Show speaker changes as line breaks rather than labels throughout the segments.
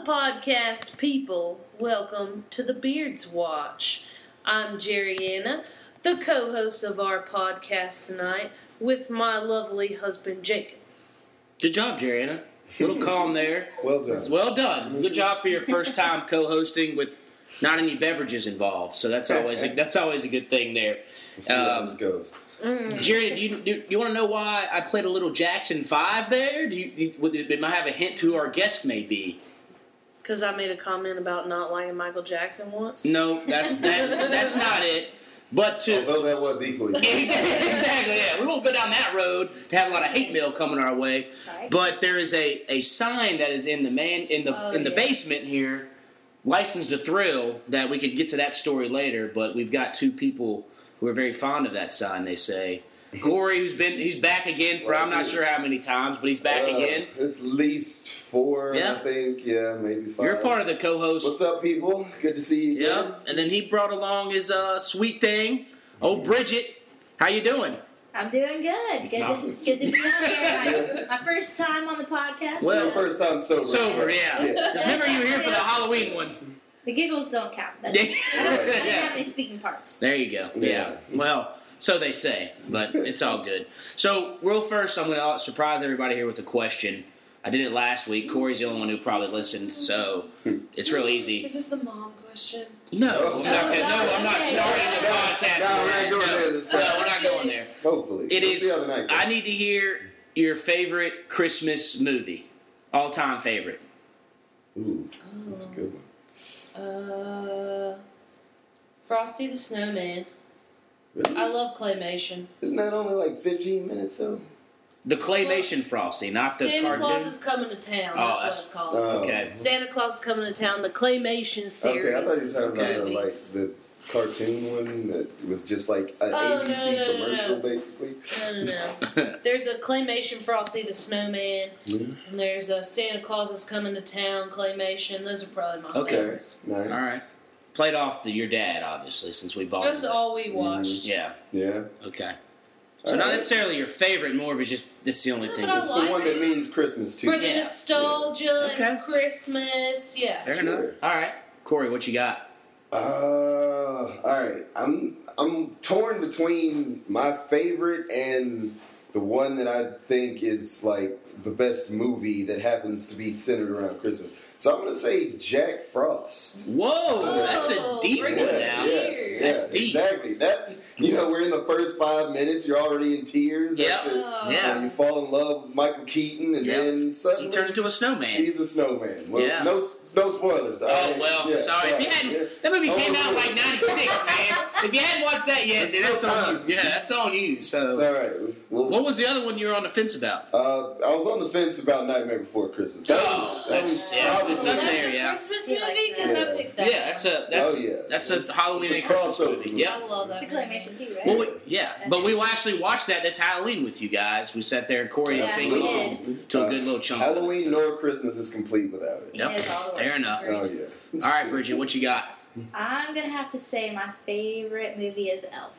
podcast people, welcome to the Beards Watch. I'm Jerry Anna, the co host of our podcast tonight, with my lovely husband Jacob.
Good job, Jerianna. Little calm there.
Well
It's
done.
well done. Good job for your first time co-hosting with not any beverages involved. So that's always a, that's always a good thing there.
Let's see how
Um,
this goes.
Jerry, do you do you want to know why I played a little Jackson Five there? Do you, do you would it, it might have a hint to who our guest may be?
Because I made a comment about not liking Michael Jackson once.
No, that's that, that's not it. But to
Although that was equally.
exactly, exactly, yeah. We won't go down that road to have a lot of hate mail coming our way.
Right.
But there is a, a sign that is in the man in the
Oh,
in the
yeah.
basement here, licensed to thrill. That we could get to that story later. But we've got two people who are very fond of that sign. They say Corey, who's been he's back again for I'm not sure how many times, but he's back
Uh,
again.
It's least four,
Yeah.
I think. Yeah, maybe five.
You're part of the co-host.
What's up, people? Good to see you. again.
Yep. And then he brought along his uh, sweet thing, old Bridget. How you doing?
I'm doing good. Good,
No.
to, good to be on here. My, my first time on the podcast.
Well,
Your first time sober.
Sober, yeah.
Yeah.
Just remember you were here for the Halloween one.
the giggles don't count. That's,
Yeah.
I, don't, I don't
Yeah.
have any speaking parts.
There you go. Yeah.
Yeah.
Well, so they say, but it's all good. So, real first, I'm going to surprise everybody here with a question. I did it last week. Corey's the only one who probably listened, so it's real easy.
Is this the mom question?
No, I'm not, gonna, no, I'm not starting the podcast.
No, we're not going
No.
there this
No,
time.
we're not going there.
Hopefully.
It
we'll
is.
See how the night goes.
I need to hear your favorite Christmas movie, all time favorite.
Ooh,
Oh.
that's a
Oh,
good one.
Uh, Frosty the Snowman.
Really?
I love claymation.
Isn't that only like 15 minutes, though?
The claymation Frosty, not the
Santa Claus
cartoon.
is coming to town.
Oh,
that's,
that's-
what it's called.
Oh.
Okay.
Santa Claus is coming to town. The claymation series.
Okay, I thought you were talking about the, like,
Movies.
the cartoon one that was just like an
Oh, no, no,
ABC
no, no.
commercial, basically.
No, no, no. There's a claymation Frosty the Snowman.
Mm.
And there's a Santa Claus is coming to town claymation. Those are probably my
Okay.
favorites.
Nice.
All right. Played off the your dad, obviously, since we bought.
That's
it.
all we watched.
Mm, Yeah.
Yeah.
Okay. So
All
not
right.
necessarily your favorite, more of it's just this is the only
No,
thing.
but I
that's-
It's the one that means Christmas, too.
For the
Yeah.
nostalgia
Okay.
and Christmas, yeah.
Fair enough.
Sure.
All right, Corey, what you got?
Uh, all right. Uh, I'm I'm torn between my favorite and the one that I think is like the best movie that happens to be centered around Christmas. So I'm gonna say Jack Frost.
Whoa, that's a
Oh,
deep one
bring it
now.
deep.
yeah,
Tears.
That's deep.
Exactly. That you know, we're in the first five minutes. You're already in tears.
Yep.
after,
Oh.
you know,
Yeah.
You fall in love with Michael Keaton, and
Yep.
then
You
suddenly
turned into a snowman.
he's a snowman. Well,
Yeah.
no, no spoilers. all
Oh
right?
well,
Yeah,
sorry. If you hadn't,
yeah.
that movie
Oh,
came out
yeah.
like '96, man. If you hadn't watched that yet,
It's
then that's
still
on
time.
you. Yeah, that's on you.
It's
So,
all right. We'll-
what was the other one you were on the fence about?
Uh, I was on the fence about Nightmare Before Christmas. That
Oh,
was, that
that's-
was
yeah,
probably-
it's
Well,
up
that's
there,
a
yeah.
Christmas
He likes
movie because I
that.
picked that.
Yeah, that's
one.
a that's
oh, yeah.
that's a
It's-
Halloween
it's a
and Christmas
crossover
movie.
movie.
Yep.
I love that.
It's a claymation too, right?
Well, we, yeah, but we actually watched that this Halloween with you guys. We sat there, Corey,
Yeah,
and sang
we
along to a good little chunk.
Uh, Halloween
Of it,
nor Christmas is complete without it.
Yep.
It is all the
Fair
way.
enough.
Oh yeah.
so. All right, Bridget, what you got?
I'm gonna have to say my favorite movie is Elf.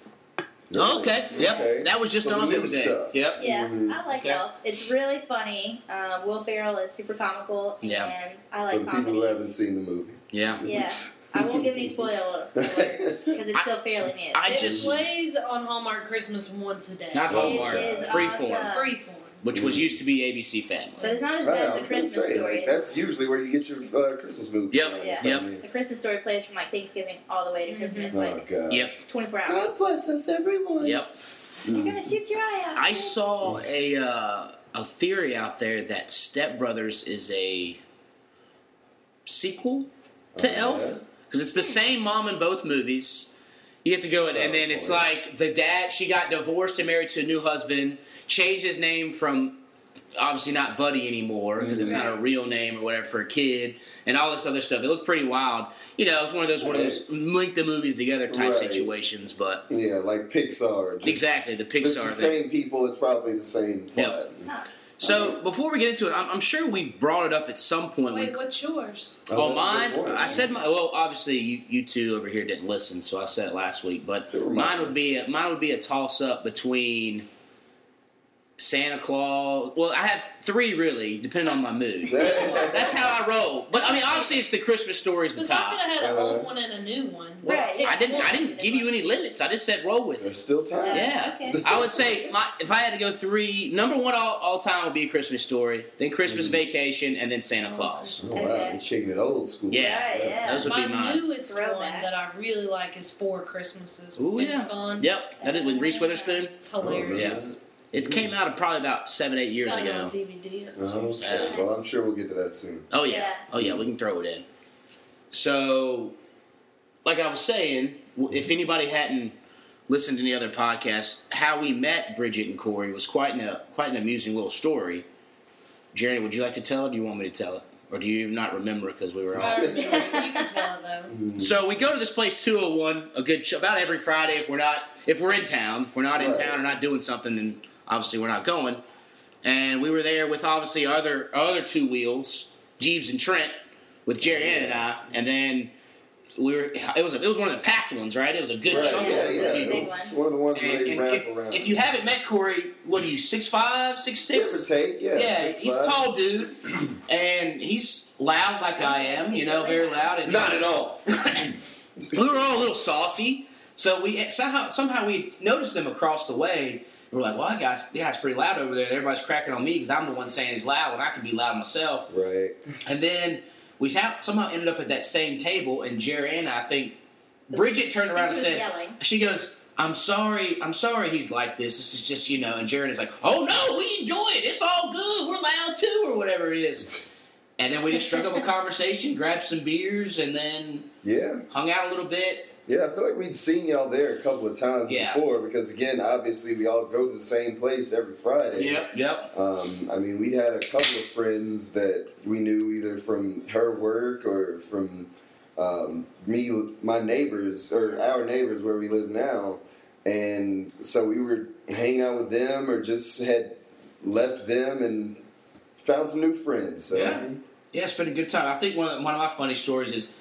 Oh, Okay. Yep.
Okay.
That was just
The
on the
new
other day.
stuff.
Yep.
Yeah,
Mhm.
I like
Mm-hmm. Okay.
Elf. It's really funny. Uh, Will Ferrell is super comical, and
Yeah.
I
For
like
the people
comedies.
who haven't seen the movie.
Yeah.
Yeah, I won't give any spoilers because it's still fairly new.
I
it
just
plays on Hallmark Christmas once a day.
not
It
Hallmark,
is
Freeform,
awesome.
Freeform.
which
Mm-hmm.
was used to be ABC Family.
but it's not as
Right,
bad
I was
as a
gonna
Christmas
say,
story.
Like, that's usually where you get your uh, Christmas movie.
Yep.
from,
Yeah.
so,
Yep.
I mean-
the Christmas story plays from like Thanksgiving all the way to
Mhm.
Christmas,
Oh
like
god.
Yep.
24 hours.
God bless us, everyone.
Yep.
You're
Mm.
gonna shoot your eye out.
I saw a uh, a theory out there that Step Brothers is a sequel to
Oh,
Elf
yeah?
because it's the same mom in both movies. You have to go in, and then it's
Oh, boy.
like the dad. She got divorced and married to a new husband. Changed his name from obviously not Buddy anymore because it's not a
Mm-hmm.
real name or whatever for a kid, and all this other stuff. It looked pretty wild. You know, it's one of those one of those link the movies together type
Right.
situations. But
Yeah, like Pixar. Just,
exactly the
It's
Pixar
the
thing.
same people. It's probably the same
Yep.
plot.
So before we get into it, I'm, I'm sure we brought it up at some point.
Wait,
when,
what's yours?
oh,
that's a good
mine!
point.
I said my. Well, obviously you, you two over here didn't listen, so I said it last week. But
Don't remind
mine would
us.
be a, mine would be a toss up between Santa Claus. Well, I have three really, depending on my mood.
That's
That's how I roll. But I mean, obviously, it's the Christmas stories the
So I could
top.
have had an
Uh,
old one and a new one.
Well,
Right, yeah,
I didn't. I
yeah.
didn't give you any limits. I just said roll with it.
There's still time.
Yeah.
Oh, Okay.
I would say my if I had to go three, number one all, all time would be Christmas Story, then Christmas
Mhm.
Vacation, and then Santa Claus.
Oh, wow,
Okay.
you're shaking it old school.
Yeah.
Right, yeah.
Those would
my
be mine.
newest one
Throwbacks.
that I really like is Four Christmases.
Ooh,
it's
yeah.
fun.
Yep, that is with Reese Witherspoon.
It's
Oh,
hilarious.
It came out probably about seven, eight years
Got it
ago. Oh,
on DVD. It's
Uh-huh.
so
Yeah.
Well, I'm sure we'll get to that soon.
Oh yeah.
Yeah.
Oh yeah, we can throw it in. So, like I was saying, w- if anybody hadn't listened to any other podcasts, how we met Bridget and Corey was quite an uh, quite an amusing little story. Jerry, would you like to tell it? Or do you want me to tell it, or do you not remember because we were all?
I remember it. you can tell it, though.
So we go to this place 201 a good ch- about every Friday if we're not if we're in town. If we're not in
Right.
town or not doing something, then obviously we're not going. And we were there with obviously our other our other two wheels, Jeeves and Trent, with Jerry Ann and I. And then we were it was a, it was one of the packed ones, right? It was a good
Right,
chunk
yeah,
of
yeah.
Big
wheels.
It's one of the ones where
And,
they
and
wrap around.
if, if you haven't met Corey, what are you six five, six
Give or
six?
take, yeah.
Yeah,
six,
he's a
five.
tall dude, and he's loud like I am, you know, very loud. And
Not at all.
we were all a little saucy, so we eh, somehow somehow we noticed them across the way. And we're like, "Well, that guy's that guy's pretty loud over there. Everybody's cracking on me because I'm the one saying he's loud when I can be loud myself."
Right.
And then we ha- somehow ended up at that same table, and Jerry and I think Bridget turned around and
was
said,
yelling.
"She goes." I'm sorry, I'm sorry he's like this. This is just, you know, and Jared is like, oh no, we enjoy it. It's all good. We're loud too, or whatever it is. And then we just struck up a conversation, grabbed some beers, and then
Yeah.
hung out a little bit.
Yeah, I feel like we'd seen y'all there a couple of times
Yeah.
before because, again, obviously we all go to the same place every Friday.
Yep.
Um, I mean, we had a couple of friends that we knew either from her work or from um, me, my neighbors, or our neighbors where we live now. And so we were hanging out with them or just had left them and found some new friends. So.
Yeah. Yeah, it's been a good time. I think one of, the, one of my funny stories is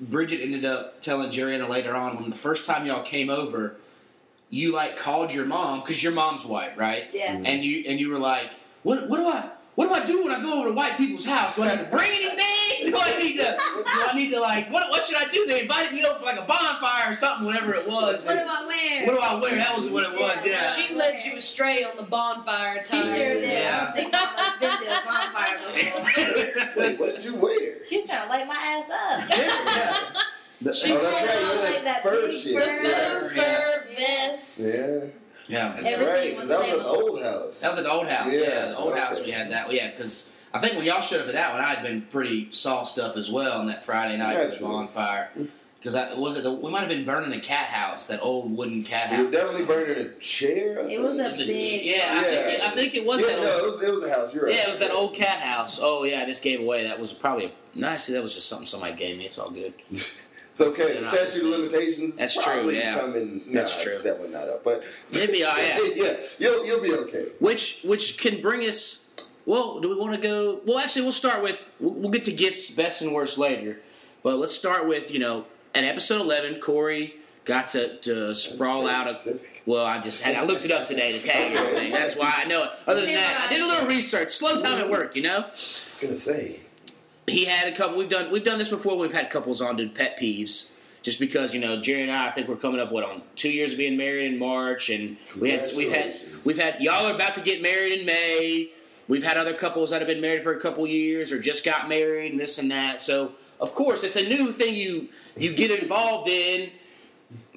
Bridget ended up telling Jerriana later on when the first time y'all came over, you like called your mom because your mom's white, right?
Mm-hmm.
Yeah.
And you and you were like, what what do I what do I do when I go over to white people's house? Do I need to bring anything? Do I need to do I need to like what what should I do? They invited me over for like a bonfire or something, whatever it was.
What do I wear?
What do I wear? That was what it was,
Yeah.
yeah.
She led you astray on the bonfire
She
time.
sure did.
Yeah.
I think I've been to a bonfire before.
Wait, what did you wear?
She was trying to light my ass up.
Yeah.
She-
oh, that's right.
had on,
you're
like, that
fur
big
shit.
fur.
Yeah.
Fur vest.
Yeah.
yeah.
That's
Everything
right. 'cause
was
that was an
available.
old house.
That was at the old house. Yeah,
Yeah,
the old
okay.
house. We had that. Yeah, because I think when y'all showed up at that one, I had been pretty sauced up as well on that Friday night at the
Naturally. Mm.
bonfire. Because I was it. The, we might have been burning a cat house, that old wooden cat
we were
house.
definitely burning a chair. I
It was
think.
a-
It was a-
big-
yeah, I think it, I think it was
yeah,
that.
no,
old,
it was, it was a house. You're right.
yeah, it was that old cat house. Oh yeah, I just gave away. That was probably no. Actually, that was just something somebody gave me. It's all good.
It's okay.
Yeah,
The
no,
statute of
it's-
limitations.
that's true,
probably
yeah.
Coming. No,
That's true.
It's definitely not up. But
Maybe I am.
yeah, you'll you'll be okay.
which which can bring us well do we want to go well actually we'll start with we'll we'll get to gifts best and worst later but let's start with you know at episode 11 corey got to, to sprawl
very
out a
specific.
well i just had i looked it up today to tag
Okay.
everything that's why i know it other than that i did a little research slow time at work you know
I was gonna say.
he had a couple. We've done we've done this before. We've had couples on to pet peeves, just because you know Jerry and I. I think we're coming up what on two years of being married in March, and we had we've had
Congratulations.
we've had y'all are about to get married in May. We've had other couples that have been married for a couple years or just got married and this and that. So of course it's a new thing you you get involved in.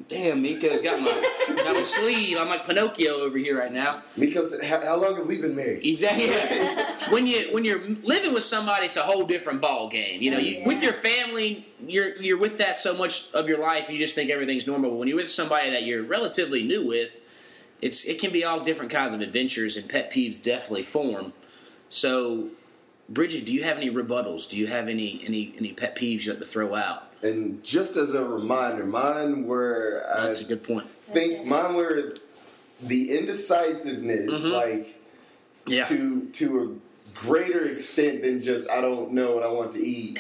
Damn, Miko's got my got my sleeve. I'm like Pinocchio over here right now.
Because how, how long have we been married?
Exactly. when you when you're living with somebody, it's a whole different ball game. You know, you,
Yeah.
with your family, you're you're with that so much of your life, you just think everything's normal. But when you're with somebody that you're relatively new with, it's it can be all different kinds of adventures, and pet peeves definitely form. So, Bridget, do you have any rebuttals? Do you have any any any pet peeves you like to throw out?
And just as a reminder, mine were
That's
I,
a good point.
think mine were the indecisiveness,
Mhm.
like
Yeah.
to to greater extent than just I don't know what I want to eat.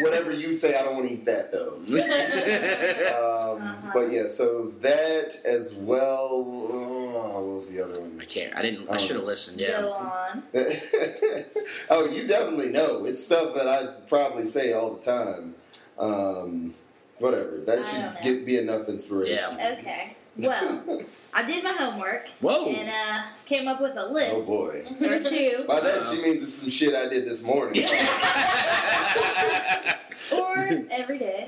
Whatever you say, I don't want to eat that though. Um,
Uh-huh.
But yeah, so it was that as well. Oh, what was the other one?
I can't. I didn't. I
Oh.
should have listened. Yeah.
Go on.
oh, you definitely know. It's stuff that I probably say all the time. Um, whatever.
I
That
don't know.
should get, be enough inspiration. Oh,
Okay. Well, I did my homework
Whoa.
and uh, came up with a
oh
list
boy.
or two,
By that she means it's some shit I did this morning.
or every day.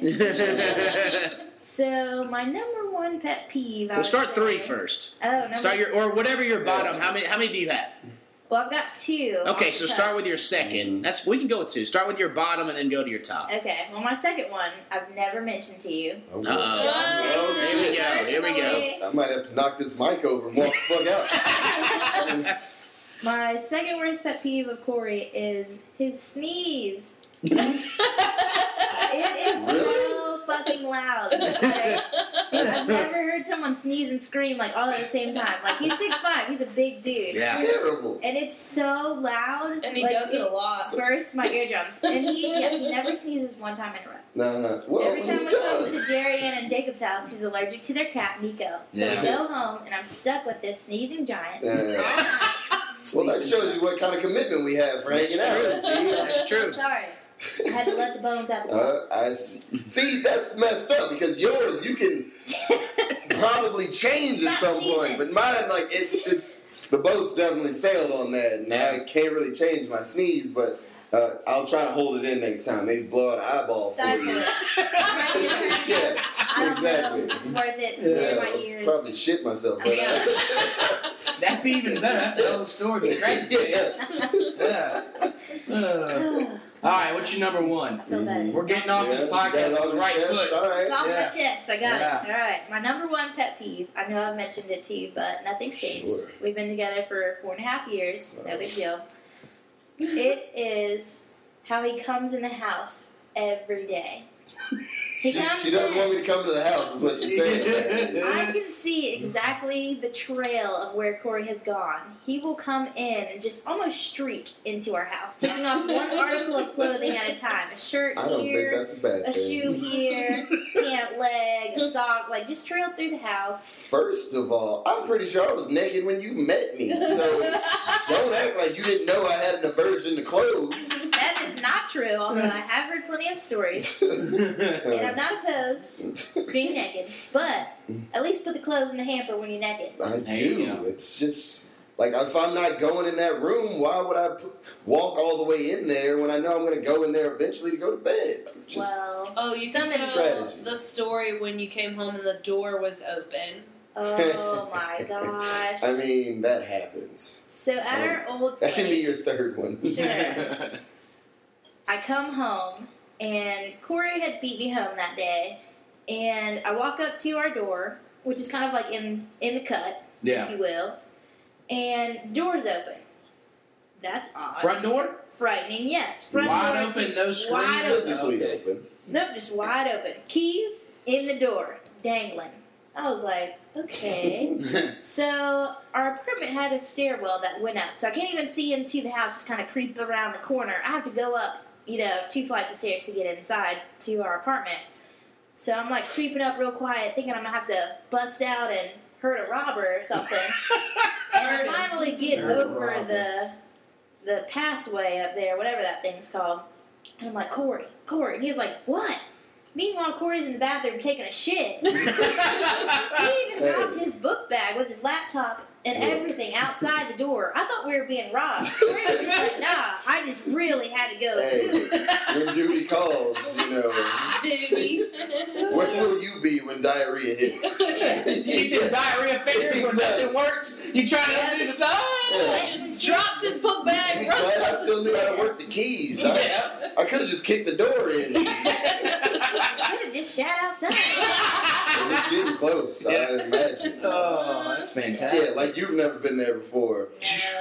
So my number one pet peeve. I
we'll
would
start
say-
three first.
Oh, number
Start your or whatever your bottom. How many? How many do you have?
Well, I've got two.
Okay, so start with your second. That's we can go with two. Start with your bottom and then go to your top.
Okay. Well, my second one I've never mentioned to you.
Oh, boy.
Uh-oh.
Here we
go, Oh, here we go.
Personally,
I might have to knock this mic over and walk the fuck out.
My second worst pet peeve of Corey is his sneeze. It is so fucking loud. Like, I've never heard someone sneeze and scream like all at the same time. Like he's six five, he's a big dude,
Yeah.
Terrible.
and it's so loud.
And he
like,
does it a lot.
bursts Uh, my eardrums, and he yeah, he never sneezes one time in a row.
No, no. Well,
Every time
who
we go
does?
to Jerry Ann and Jacob's house, he's allergic to their cat Nico. So
Yeah.
we go home, and I'm stuck with this sneezing giant.
Yeah. Well, that shows you what kind of commitment we have for
That's
hanging
true.
out. see?
That's true.
Sorry, I had to let the bones out. The
Uh, I s- see. That's messed up because yours you can probably change at some
Stop
point,
sneezing.
but mine like it's it's the boat's definitely sailed on that, and I
Yeah.
can't really change my sneeze, but. Uh, I'll try to hold it in next time. Maybe blow out an eyeball for
Stifle
you.
it.
yeah,
I don't know.
exactly.
It's worth it. It's
Yeah,
near my
I'll
ears.
probably shit myself. But
That'd be even better. That's a whole story. Right?
yeah.
Yeah. Uh,
All right, what's your number one?
I feel
Mm,
better.
we're getting off
Yeah,
this
you got it
podcast
all
with the right
chest,
foot.
All right.
It's off
Yeah.
my chest. I got
Yeah.
it. All right. My number one pet peeve. I know I've mentioned it to you, but nothing's changed.
Sure.
We've been together for four and a half years. No big deal. It is how he comes in the house every day. He
She,
comes
she doesn't
in.
want me to come to the house, is what she's saying.
I can see exactly the trail of where Corey has gone. He will come in and just almost streak into our house, taking off one article of clothing at a time. A shirt
I don't think
here,
that's a bad
a
thing.
shoe here, pant leg, a sock, like just trail through the house.
First of all, I'm pretty sure I was naked when you met me, so don't act like you didn't know I had an aversion to clothes.
That is not true, although I have heard plenty of stories. And I'm not opposed to being naked, but at least put the clothes in the hamper when you're naked.
I
There you
do.
go.
It's just like if I'm not going in that room, why would I p- walk all the way in there when I know I'm going to go in there eventually to go to bed? Just
well,
Oh, you
Some
can tell
strategy.
the story when you came home and the door was open.
oh my gosh.
I mean, that happens.
So at our old place,
That can be your third one.
Sure. I come home and Corey had beat me home that day, and I walk up to our door, which is kind of like in in the cut, if
Yeah.
you will, and door's open. That's odd.
Front door?
Frightening, yes. Front
Wide
door
open, no screen.
Wide open.
Physically
Okay.
open.
Nope, just wide open. Keys in the door, dangling. I was like, okay. So our apartment had a stairwell that went up, so I can't even see into the house. Just kind of creep around the corner. I have to go up, you know, two flights of stairs to get inside to our apartment. So I'm like creeping up real quiet, thinking I'm gonna have to bust out and hurt a robber or something. and I finally get
Hurt a
over
robber.
the the passway up there, whatever that thing's called. And I'm like, Corey, Corey, and he's like, what? Meanwhile, Corey's in the bathroom taking a shit. He even
Hey.
dropped his book bag with his laptop and
Look.
everything outside the door. I thought we were being robbed. We were just like, nah, I just really had to go.
Hey, when duty calls, you know.
Ah.
Where will you be when diarrhea hits?
You did diarrhea fingers where nothing works. You try to undo the
Yeah.
thing.
just drops his book
I'm
bag, runs
glad I
across
still
the
knew how to
stairs.
work the keys. I,
Yeah.
I could have just kicked the door in. It
I could have just shat outside.
was getting close, I
Yeah.
imagine.
Oh, that's
Yeah,
fantastic.
like you've never been there before.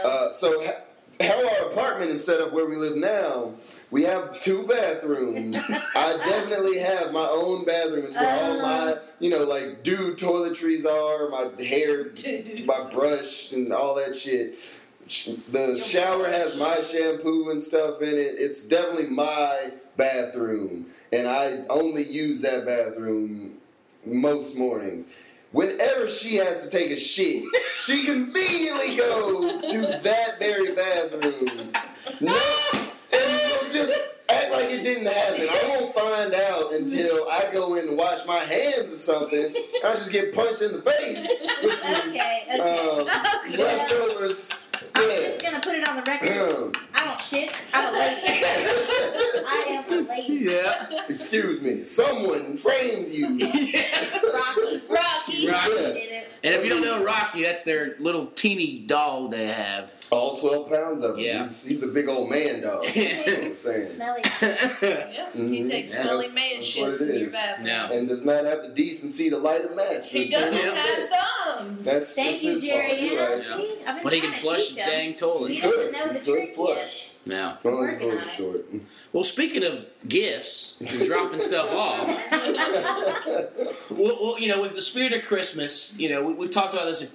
No.
Uh, so, ha- how our apartment is set up where we live now, we have two bathrooms. I definitely have my own bathroom. It's where all my, you know, like dude toiletries are, my hair, my brush, and all that shit. sh- the shower has my shampoo and stuff in it. It's definitely my bathroom, and I only use that bathroom most mornings. Whenever she has to take a shit, she conveniently goes to that very bathroom. No, and will just act like it didn't happen. I won't find out until I go in to wash my hands or something. I just get punched in the face with some
Okay, okay.
um,
Okay.
leftovers. Um.
I'm just gonna put it on the record. I don't shit. I'm a lady.
Yeah.
I am a lady.
Yeah.
Excuse me. Someone framed you.
Rocky.
Rocky.
Rocky. did it.
And if you don't know Rocky, that's their little teeny doll they have.
All 12 pounds of him.
Yeah.
He's, he's a big old man dog. That's what I'm saying.
Smelly.
Yeah, he
Mhm.
takes
Yeah,
smelly
that's-
man
that's what
shits
it
in your
is.
bathroom.
now,
And does not have the decency to light a match.
He doesn't have thumbs.
That's-
Thank
that's
you,
his
Jerry.
fault. You're
Anna.
right.
See, I've been
but he
trying
can
to
flush
teach
his
him.
dang
He
toilet.
Good.
doesn't know the
Good
trick
flush.
Now,
Well,
Working
it's a little
on it.
short.
well, speaking of gifts, dropping stuff off. Well, well, you know, with the spirit of Christmas, you know, we, we talked about this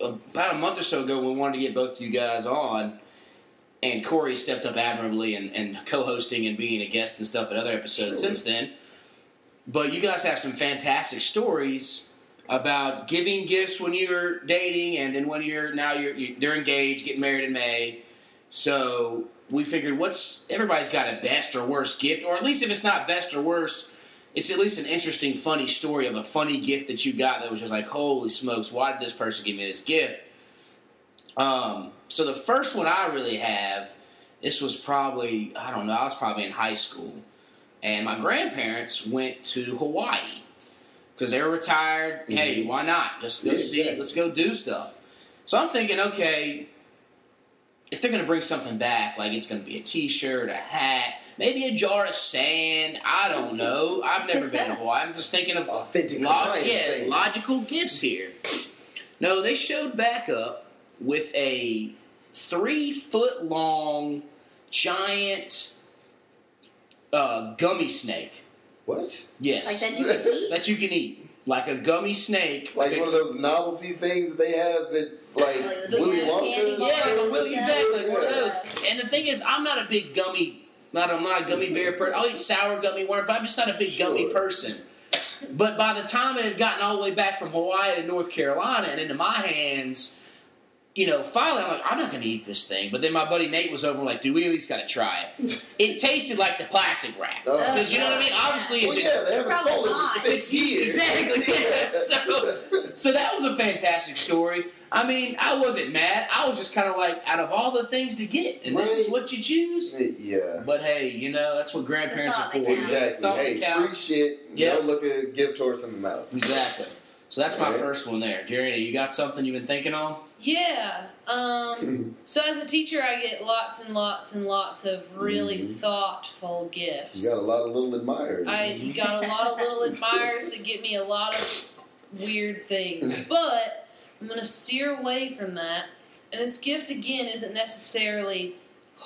a, about a month or so ago when we wanted to get both you guys on, and Corey stepped up admirably and, and co-hosting and being a guest and stuff at other episodes
Sure.
since then. But you guys have some fantastic stories about giving gifts when you're dating, and then when you're now you're, you they're engaged, getting married in May. So we figured, what's everybody's got a best or worst gift, or at least if it's not best or worst it's at least an interesting, funny story of a funny gift that you got that was just like, holy smokes, why did this person give me this gift? Um, so the first one I really have, this was probably, I don't know, I was probably in high school. And my grandparents went to Hawaii because they were retired. Hey, why not? Just go
Mm-hmm. Yeah,
see,
exactly.
let's go do stuff. So I'm thinking, okay, if they're going to bring something back, like it's going to be a T-shirt, a hat, maybe a jar of sand. I don't know. I've never been to Hawaii. I'm just thinking of
Oh, Authentic
log-
Hawaiian
yeah,
saying.
logical gifts here. No, they showed back up with a three foot long giant uh, gummy snake.
What?
Yes,
Like that you can eat.
that you can eat like a gummy snake.
Like
Okay.
one of those novelty things that they have that,
Like the
like, Willy
big ass candy
Wonka?
bar.
Yeah, like a Willy,
Yeah.
exactly, like one of
Yeah.
those. And the thing is, I'm not a big gummy, not I'm not a gummy bear person. I'll eat sour gummy worm, but I'm just not a big gummy
Sure.
person. But by the time it had gotten all the way back from Hawaii to North Carolina and into my hands, you know, finally I'm like, I'm not going to eat this thing. But then my buddy Nate was over, and like, dude, we at least got to try it. It tasted like the plastic wrap.
Oh,
Because you know what I mean?
yeah.
Obviously, if
Well,
it-
yeah, they haven't
Uh, Probably
sold it
not.
for six years.
Exactly. So- so that was a fantastic story. I mean, I wasn't mad. I was just kind of like, out of all the things to get, and this is
Right.
what you choose.
yeah.
But hey, you know that's what grandparents are
It's a
for.
thought that
Exactly.
Thought that
hey, free
counts.
shit.
Yeah.
Don't look a gift horse in the mouth.
Exactly. So that's my
Alright.
first one there, Jerry. You got something you've been thinking on?
Yeah. Um, so as a teacher, I get lots and lots and lots of really
Mhm.
thoughtful gifts.
You got a lot of Mm-hmm. little admirers.
I got a lot of little admirers that get me a lot of weird things. But I'm going to steer away from that. And this gift, again, isn't necessarily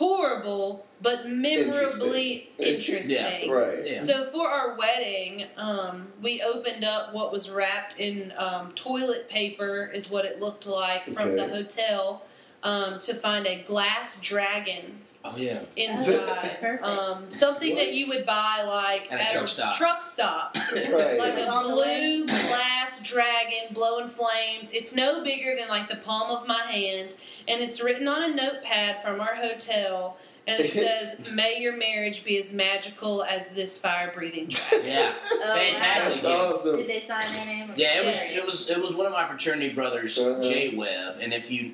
horrible, but memorably
Interesting.
interesting.
right.
Yeah.
So for our wedding, um, we opened up what was wrapped in um, toilet paper, is what it looked like from the
Okay.
hotel, um, to find a glass dragon
Oh yeah.
inside.
Perfect.
Um, something that you would buy like
At a truck stop.
truck stop,
Right.
like a
On the way.
blue glass dragon blowing flames. It's no bigger than like the palm of my hand, and it's written on a notepad from our hotel, and it says, "May your marriage be as magical as this fire-breathing dragon."
Yeah.
oh,
Fantastic.
That's
Wow.
awesome.
Did they sign their name? or-
Yeah, it was
Yes.
it was it was one of my fraternity brothers,
Uh-huh.
Jay Webb, and if you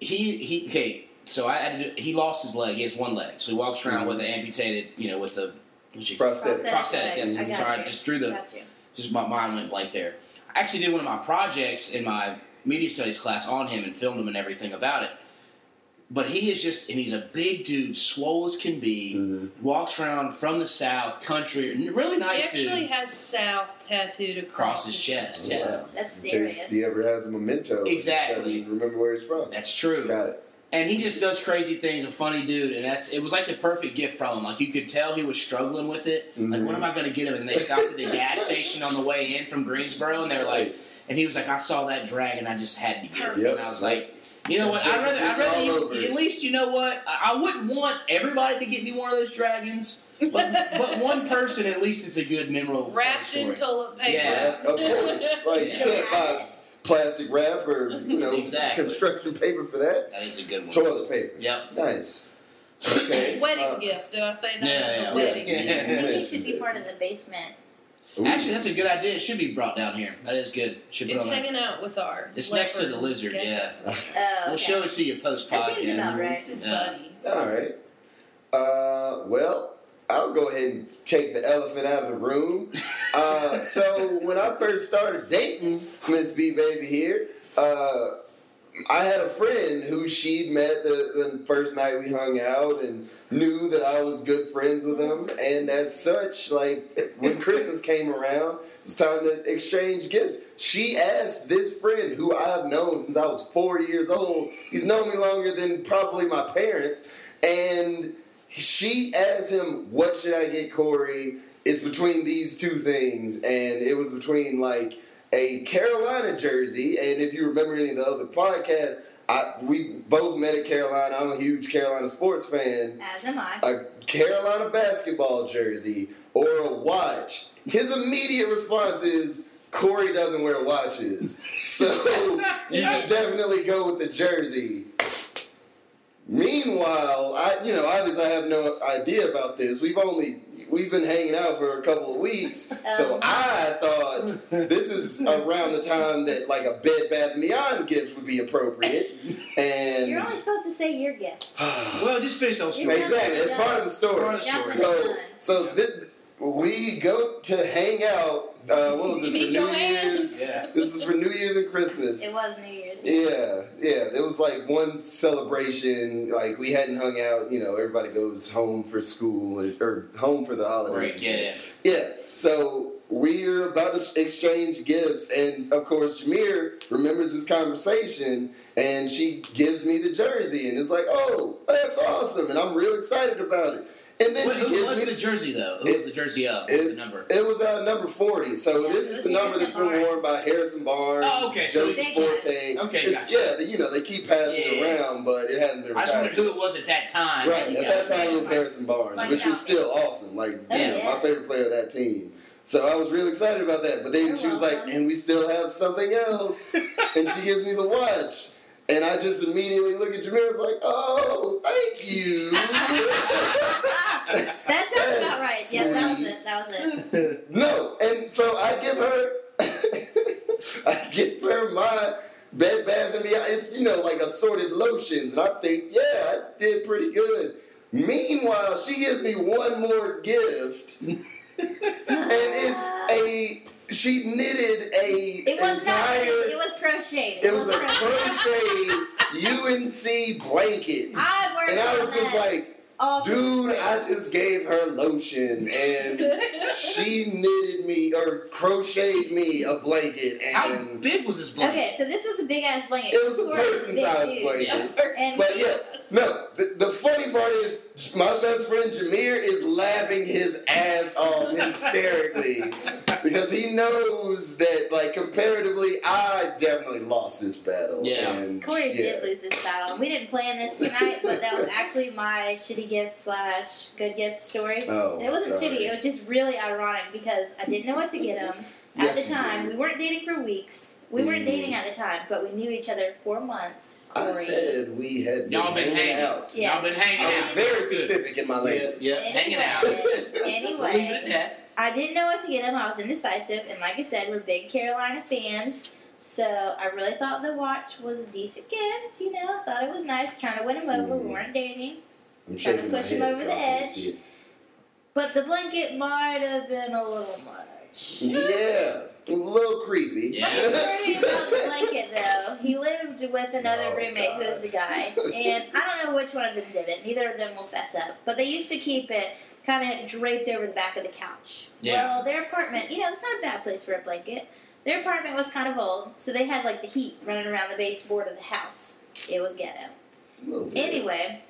he he okay, so I had to do, he lost his leg, he has one leg, so he walks
Mm-hmm.
around with an amputated, you know, with the what you-
Prosthetic.
prosthetic.
leg.
Yes,
I
I'm
got
sorry,
you.
just drew the
Got you.
just my mind went blank there. I actually did one of my projects in my media studies class on him and filmed him and everything about it. But he is just, and he's a big dude, swole as can be.
Mhm.
Walks around from the South Country, really nice
he actually
dude.
has South tattooed across
Across his chest, yeah.
Wow.
That's
In case
serious.
he ever has a memento.
Exactly.
Doesn't Remember where he's from.
That's true.
Got it.
and he just does crazy things. A funny dude, and that's it was like the perfect gift from him. Like you could tell he was struggling with it. Like
Mhm.
what am I going to get him? And they stopped at the gas station on the way in from Greensboro, and they were like, and he was like, I saw that drag, and I just had to get it.
Yep.
And I was like, you know what? I'd rather, I'd
All
rather
over
you,
it.
at least you know what. I, I wouldn't want everybody to get me one of those dragons, but, but one person at least it's a good memorable
Wrapped in
story.
toilet paper.
Yeah,
of course. Like you
Yeah. uh,
can't buy plastic wrap or you know
Exactly.
construction paper for that.
That is a good one.
Toilet paper.
Yep.
Nice. Okay.
Wedding
uh,
gift. Did I say that?
Yeah,
It was
yeah,
a
yeah.
wedding.
I think
Yeah.
he should be part of the basement.
ooh.
Actually, that's a good idea. It should be brought down here. That is good. Should put
It's
on a-
hanging out with our.
It's next to the
leopard.
lizard. Yeah,
Oh, okay.
we'll show it to you post
that seems
podcast.
about right.
It's his
Yeah.
buddy.
All right. Uh, well, I'll go ahead and take the elephant out of the room. Uh, so when I first started dating Miss B Baby here, uh, I had a friend who she'd met the, the first night we hung out and knew that I was good friends with him. And as such, like when Christmas came around, it was time to exchange gifts. She asked this friend who I've known since I was four years old. He's known me longer than probably my parents. And she asked him, What should I get Corey? It's between these two things. And it was between like a Carolina jersey. And if you remember any of the other podcasts, I, we both met at Carolina. I'm a huge Carolina sports fan
As am I.
a Carolina basketball jersey or a watch, his immediate response is Corey doesn't wear watches. So you should definitely go with the jersey. Meanwhile, I you know, obviously I have no idea about this. We've only we've been hanging out for a couple of weeks. So
Um.
I thought this is around the time that like a Bed Bath Beyond gift would be appropriate. And
You're only supposed to say your gift.
Well, just finish the whole story.
Exactly, it's part of the story.
Part of the
Yeah,
story.
So, so thi- we go to hang out. Uh, what was this
Meet
for New
Joanne's.
Year's?
Yeah.
This is for New Year's and Christmas.
It was New Year's. Eve.
Yeah, yeah. It was like one celebration. Like we hadn't hung out. You know, everybody goes home for school or home for the holidays.
Break. Yeah, yeah.
Yeah. So we're about to exchange gifts, and of course, Jameer remembers this conversation, and she gives me the jersey, and it's like, oh, that's awesome, and I'm real excited about it. And then
Wait,
she
who
gives me
was the jersey though? Who was the jersey of? What was the
it-
number?
it was uh, number 40. So
Yeah,
this
it
is
was
the number that's been
Harrison
worn by Harrison Barnes.
Oh, okay, so
Joseph
it's-
Forte.
Okay,
It's, yeah, you know, they keep
Yeah,
passing
yeah,
it
yeah.
around, but it hasn't been
I just wondered
retired.
who it was at that time.
Right,
Yeah.
at that time it was Harrison Barnes,
Like
which was
Falcon.
still awesome. Like,
Oh,
you know,
yeah.
my favorite player of that team. So I was really excited about that. But then
You're
she was
welcome.
like, and we still have something else. and she gives me the watch. And I just immediately look at Jameer and was like, oh, thank you.
That sounds about
That's
right. Yeah, that was
sweet.
it. That was it.
No, and so I give her, I give her my Bed Bath and Beyond. It's you know like assorted lotions, and I think yeah, I did pretty good. Meanwhile, she gives me one more gift, and it's a she knitted a
Ah. It was not.
entire
It was crocheted.
it was a
crocheted.
crochet UNC blanket,
I worked
and I
on
was just
that
like.
all through
Dude,
spring.
I just gave her lotion and she knitted me or crocheted me a blanket
How
and
big was this blanket?
Okay, so this was a big ass blanket.
it was a
Of course,
person
big
size
dude.
blanket.
Yeah, first
And-
But yeah, no, the, the funny part is my best friend Jameer is laughing his ass off hysterically because he knows that like comparatively I definitely lost this battle.
Yeah.
And,
Corey
yeah.
did lose this battle. We didn't plan this tonight, but that was actually my shitty gift slash good gift story.
Oh,
And it wasn't
sorry.
shitty. It was just really ironic because I didn't know what to get him at
Yes,
the
you
time.
did.
We weren't dating for weeks. We weren't
Mm.
dating at the time, but we knew each other for months. Corey.
I said we had
Y'all been
hanging
hanging.
out.
Yeah.
Y'all been hanging
I
out.
was very
That's good.
specific in my
Yeah,
language.
yeah, hanging out.
Anyway,
Leave it at that.
I didn't know what to get him. I was indecisive, and like I said, we're big Carolina fans. So I really thought the watch was a decent gift, you know. Thought it was nice, trying to win him over.
Mm.
We weren't dating,
I'm
Trying to
shaking my
push him
head,
over
y'all
the
can't
edge.
see it.
but the blanket might have been a little much.
Yeah, a little creepy.
Funny story about the blanket, though. He lived with another
Oh,
roommate who
God.
was a guy, and I don't know which one of them did it. Neither of them will fess up, but they used to keep it kind of draped over the back of the couch.
Yeah.
Well, their apartment, you know, it's not a bad place for a blanket. Their apartment was kind of old, so they had like the heat running around the baseboard of the house. It was ghetto.
Little bit.
Anyway,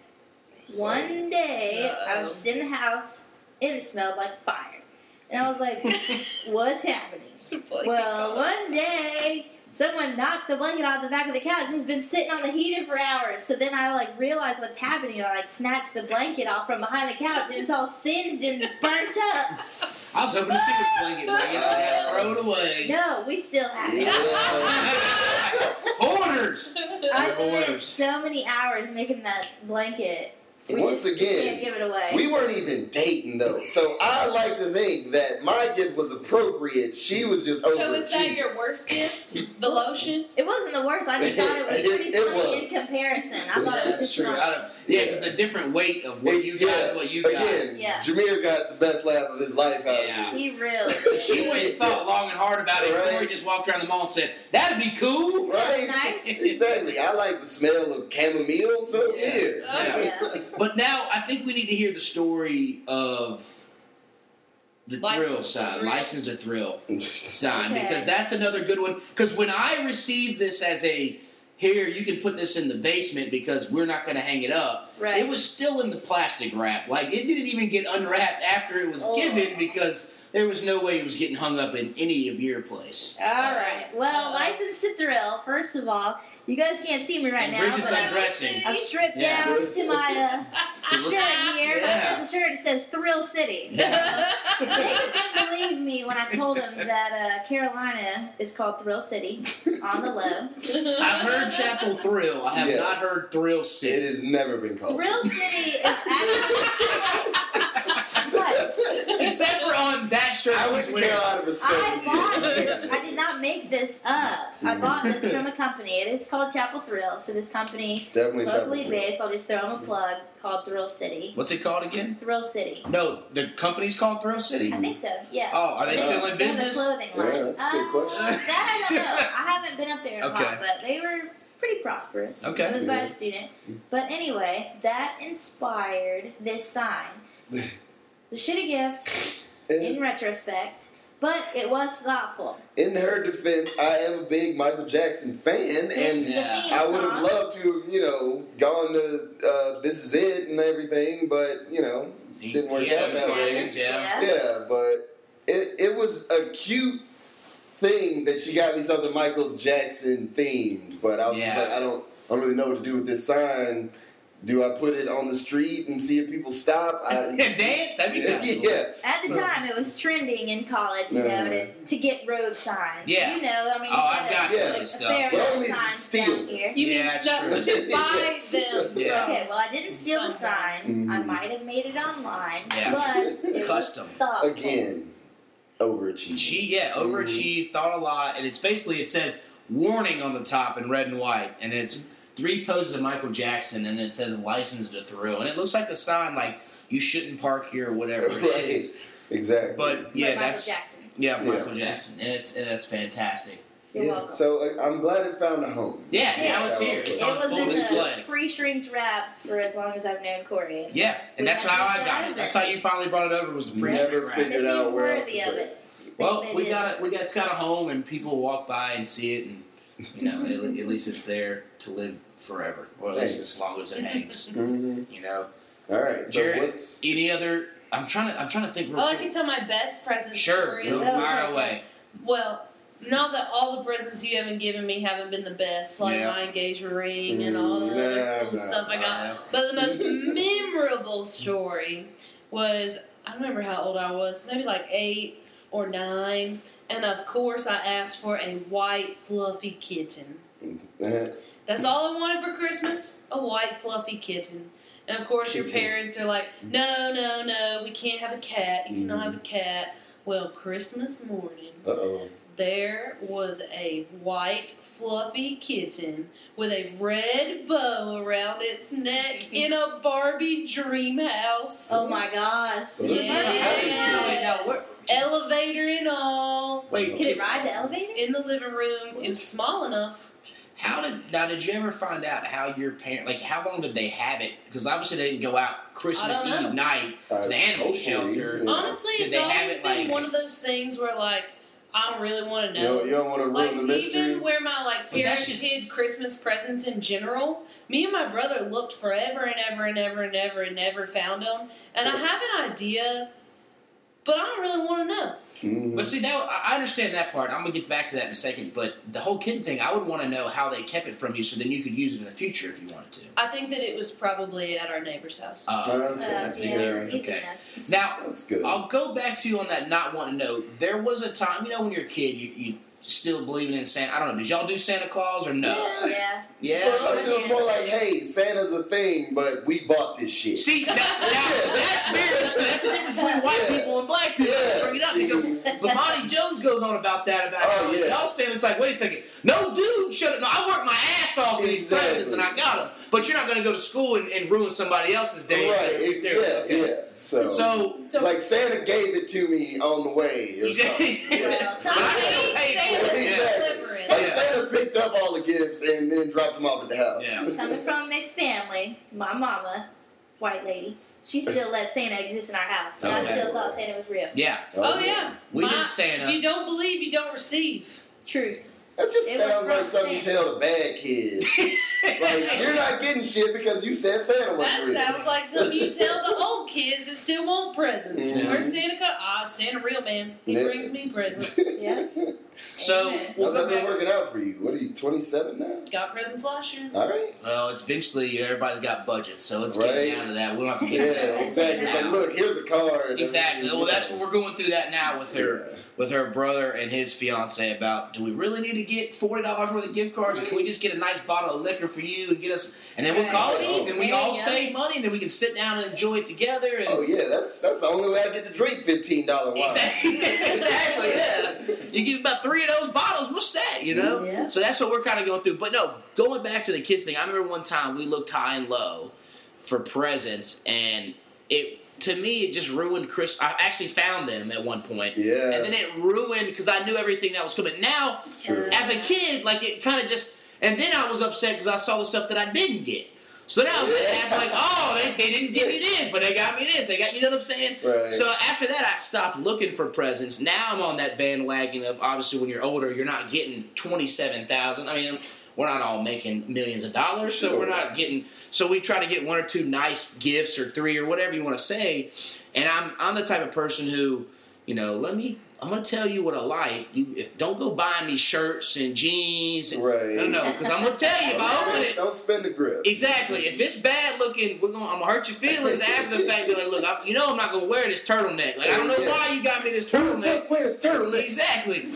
So-
one day I was
Uh-oh.
just in the house and it smelled like fire. And I was like, what's happening? Well, one day someone knocked the blanket off the back of the couch and has been sitting on the heater for hours. So then I like realized what's happening. and I like snatched the blanket off from behind the couch and it's all singed and burnt up.
I was hoping to see this blanket, but I guess I had it thrown away.
No, we still have it.
Yeah.
Hoarders!
I
Never
spent
works.
so many hours making that blanket. We
Once
just
again,
can't give it away.
We weren't even dating though, so I like to think that my gift was appropriate. She was just over.
So is that your worst gift? The lotion?
it wasn't the worst. I just thought it was
It-
pretty
it
funny
was.
in comparison. I thought it was
That's
just
true.
funny.
I don't, yeah, because the different weight of what you got, and what you got.
Again,
Yeah.
Jameer got the best laugh of his life out
Yeah.
of me.
He really.
She went and thought long and hard about it.
Right.
Corey just walked around the mall and said, "That'd be cool."
Right?
nice.
exactly. I like the smell of chamomile, so
Yeah.
here.
Oh,
Yeah.
yeah.
But now I think we need to hear the story of the
License
thrill
to
sign,
Thrill.
license to thrill sign,
Okay.
because that's another good one. Because when I received this as a here, you can put this in the basement because we're not going to hang it up.
Right.
It was still in the plastic wrap, like it didn't even get unwrapped after it was
Oh.
given because there was no way it was getting hung up in any of your place.
All right. Well,
Uh,
license to thrill. First of all, you guys can't see me right
And
now,
Bridget's
but I'm,
undressing.
I'm stripped
Yeah.
down to my uh, shirt
Yeah.
here. My special shirt. It says Thrill City. So, they didn't believe me when I told them that uh, Carolina is called Thrill City on the low.
I've heard Chapel Thrill. I have
Yes.
not heard Thrill
It
City.
has never been
Oh.
called.
Thrill City is actually. But
Except for on that shirt
I went
she's
to
wearing.
Carolina for so
I bought this. I did not make this up. I bought this from a company. It is called Chapel Thrill. So this company
It's definitely
locally
Chapel Hill.
based. I'll just throw them a plug called Thrill City.
What's it called again?
Thrill City.
No, the company's called Thrill City.
I think so. Yeah.
Oh, are they still in
They have a
business?
clothing
Yeah,
line.
that's a good
Uh,
question.
that I don't know. I haven't been up there in a
Okay.
while, but they were pretty prosperous.
Okay.
It was by
Yeah.
a student. But anyway, that inspired this sign. The shitty gift, in
In,
retrospect, but it was thoughtful.
in her defense, I am a big Michael Jackson fan, and
It's the
Yeah.
theme
I would have
song.
loved to have, you know, gone to uh, This Is It and everything, but, you know,
He-
didn't work
he had
out
a
that
plan,
way.
yeah.
Yeah, but it, it was a cute thing that she got me something Michael Jackson themed, but I was just
Yeah.
like, I don't, I don't really know what to do with this sign. Do I put it on the street and see if people stop? I,
Dance? That'd be fun.
yeah.
At the time, it was trending in college, you
Yeah.
know, to, to get road signs.
Yeah.
You know, I mean,
Oh, I've
you had
got
a,
Yeah.
like, a
stuff.
fair
But
amount of
only
signs
steal.
down here.
You
Yeah,
mean no,
true.
to buy them.
Yeah. Mm.
Okay, well, I didn't steal the
Sunday.
sign. I
Mhm.
might have made it online,
Yeah.
but it
Custom.
was thoughtful.
Again, overachieving.
She yeah, overachieved, thought a lot, and it's basically it says warning on the top in red and white, and it's three poses of Michael Jackson, and it says license to thrill, and it looks like a sign like you shouldn't park here or whatever it
Right.
is.
Exactly.
But
But
yeah,
Michael
that's
Jackson.
yeah
Yeah.
Michael Jackson, and it's and that's fantastic.
You're
Yeah,
welcome.
So uh, I'm glad it found a home.
Yeah,
Yeah.
now it's here. It's
it
on
was
full
in
display.
the pre-shrinked wrap for as long as I've known Corey.
Yeah, and
We
that's
have
how
to
I got it.
jazz
That's
it.
how you finally brought it over was the pre
Never
wrap.
figured
It
out
seemed
where else
worthy
to
of
put
it.
Well,
Like,
we
they
got it. We got it's got a home, and people walk by and see it, and you know, at, le- at least it's there to live forever, or at least
Thanks.
as long as it hangs.
Mhm.
You know,
All right. So
Jared-
what's
any other? I'm trying to. I'm trying to think. Real
Oh, I
quick.
can tell my best present
Sure,
story.
go
Yeah.
fire away.
Well, not that all the presents you haven't given me haven't been the best, like
Yeah.
my engagement ring and all the other
Nah,
cool
nah,
stuff I got.
Uh,
But the most memorable story was I don't remember how old I was, maybe like eight or nine, and of course I asked for a white fluffy kitten.
uh,
That's all I wanted for Christmas a white fluffy kitten. And of course, your
Kitten. Mm-hmm.
parents are like, no, no, no, we can't have a cat. You cannot have a cat. Well, Christmas morning,
oh.
there was a white fluffy kitten with a red bow around its neck in a Barbie dream house.
Oh my gosh!
So this is-
Yeah.
How do you know it now? What-
Elevator and all.
Wait,
Can
kid,
it ride the elevator?
In the living room. It was small enough.
how did now? Did you ever find out how your parent? Like, how long did they have it? Because obviously they didn't go out Christmas
I don't know.
Eve night.
Uh,
the animal shelter.
Yeah.
Honestly,
Did
it's
they have
always
it,
been
like-
one of those things where like, I don't really want to
You,
know.
don't, you don't want to ruin
like
the mystery.
even where my like
But that's
parents
just-
hid Christmas presents in general, me and my brother looked forever and ever and ever and ever and never found them. And I have an idea, but I don't really want to know.
Mhm.
But see, that I I understand that part. I'm gonna get back to that in a second. But the whole kid thing, I would want to know how they kept it from you, so then you could use it in the future if you wanted to.
I think that it was probably at our neighbor's house.
Uh,
Uh,
that's the
yeah,
theory.
easy
Okay.
enough.
Now,
That's good.
I'll go back to you on that not wanting to know. There was a time, you know, when you're a kid, you, you still believing in Santa. I don't know. Did y'all do Santa Claus or no?
Yeah.
Yeah.
For us, it was more like, hey, Santa's a thing, but we bought this shit.
See, that, that, that's marriage. That's the difference between white
Yeah.
people and black people.
Yeah.
Bring it up because Lamont Jones goes on about that about
Oh,
how
yeah.
y'all's family's like, wait a second, no dude should have. No, I worked my ass off for these
Exactly.
presents and I got them. But you're not going to go to school and, and ruin somebody else's day.
Right, it-
There,
yeah,
okay.
yeah. So,
So,
it's like Santa gave it to me on the way. Or something. Yeah.
Well,
But I still
Something
paid
Santa
for it.
didn't
Exactly.
deliver it.
Like
Yeah.
Santa picked up all the gifts and then dropped them off at the house.
Yeah.
Coming from a mixed family, my mama, white lady, she still let Santa exist in our house. And I
Okay.
still thought Santa was real.
Yeah,
Oh yeah,
we uh,
My-
did Santa.
If you don't believe, you don't receive.
Truth.
That just
It was
sounds like
from
something you
Santa.
tell the bad kids. like you're not getting shit because you said Santa was
That
real.
sounds like something you tell the old kids that still want presents.
Mhm.
Where's Santa? Co- Ah, Santa, real man. He
Yeah.
brings me presents.
Yeah.
so
Amen.
we'll
How's
go
that been
back.
working out for you? What are you, 27 now?
Got presents last year.
All right.
Well, it's eventually everybody's got budgets, so let's
Right.
get down to that. We don't have to
Yeah,
get to that.
exactly. It's like, look, here's a card.
Exactly. Well, that's what we're going through that now with her
Yeah.
with her brother and his fiance about do we really need to get forty dollars worth of gift cards or can we just get a nice bottle of liquor for you and get us and then we'll call it
Oh.
even and we
There you
all
go.
save money and then we can sit down and enjoy it together and
Oh yeah, that's that's the only way I get to drink fifteen dollar wine.
exactly exactly yeah you give about three of those bottles we're set you know
Yeah.
so that's what we're kind of going through but no going back to the kids thing I remember one time we looked high and low for presents and it to me it just ruined Chris I actually found them at one point
Yeah,
and then it ruined because I knew everything that was coming now
that's true.
as a kid, like it kind of just. And then I was upset because I saw the stuff that I didn't get. So then I was
Yeah.
asked like, oh, they, they didn't give me this, but they got me this. They got you know what I'm saying.
Right.
So after that, I stopped looking for presents. Now I'm on that bandwagon of obviously when you're older, you're not getting twenty seven thousand. I mean, we're not all making millions of dollars, so
Sure.
we're not getting. So we try to get one or two nice gifts or three or whatever you want to say. And I'm I'm the type of person who, you know, let me. I'm gonna tell you what I like. You if, don't go buying me shirts and jeans. And,
right.
No, no, because I'm gonna tell you if I open it.
Don't spend the grip.
Exactly. If it's bad looking, we're gonna I'm gonna hurt your feelings after the fact. Be like, look, I'm, you know, I'm not gonna wear this turtleneck. Like, I don't know
Yeah.
why you got me this turtleneck.
Where's turtleneck?
Exactly.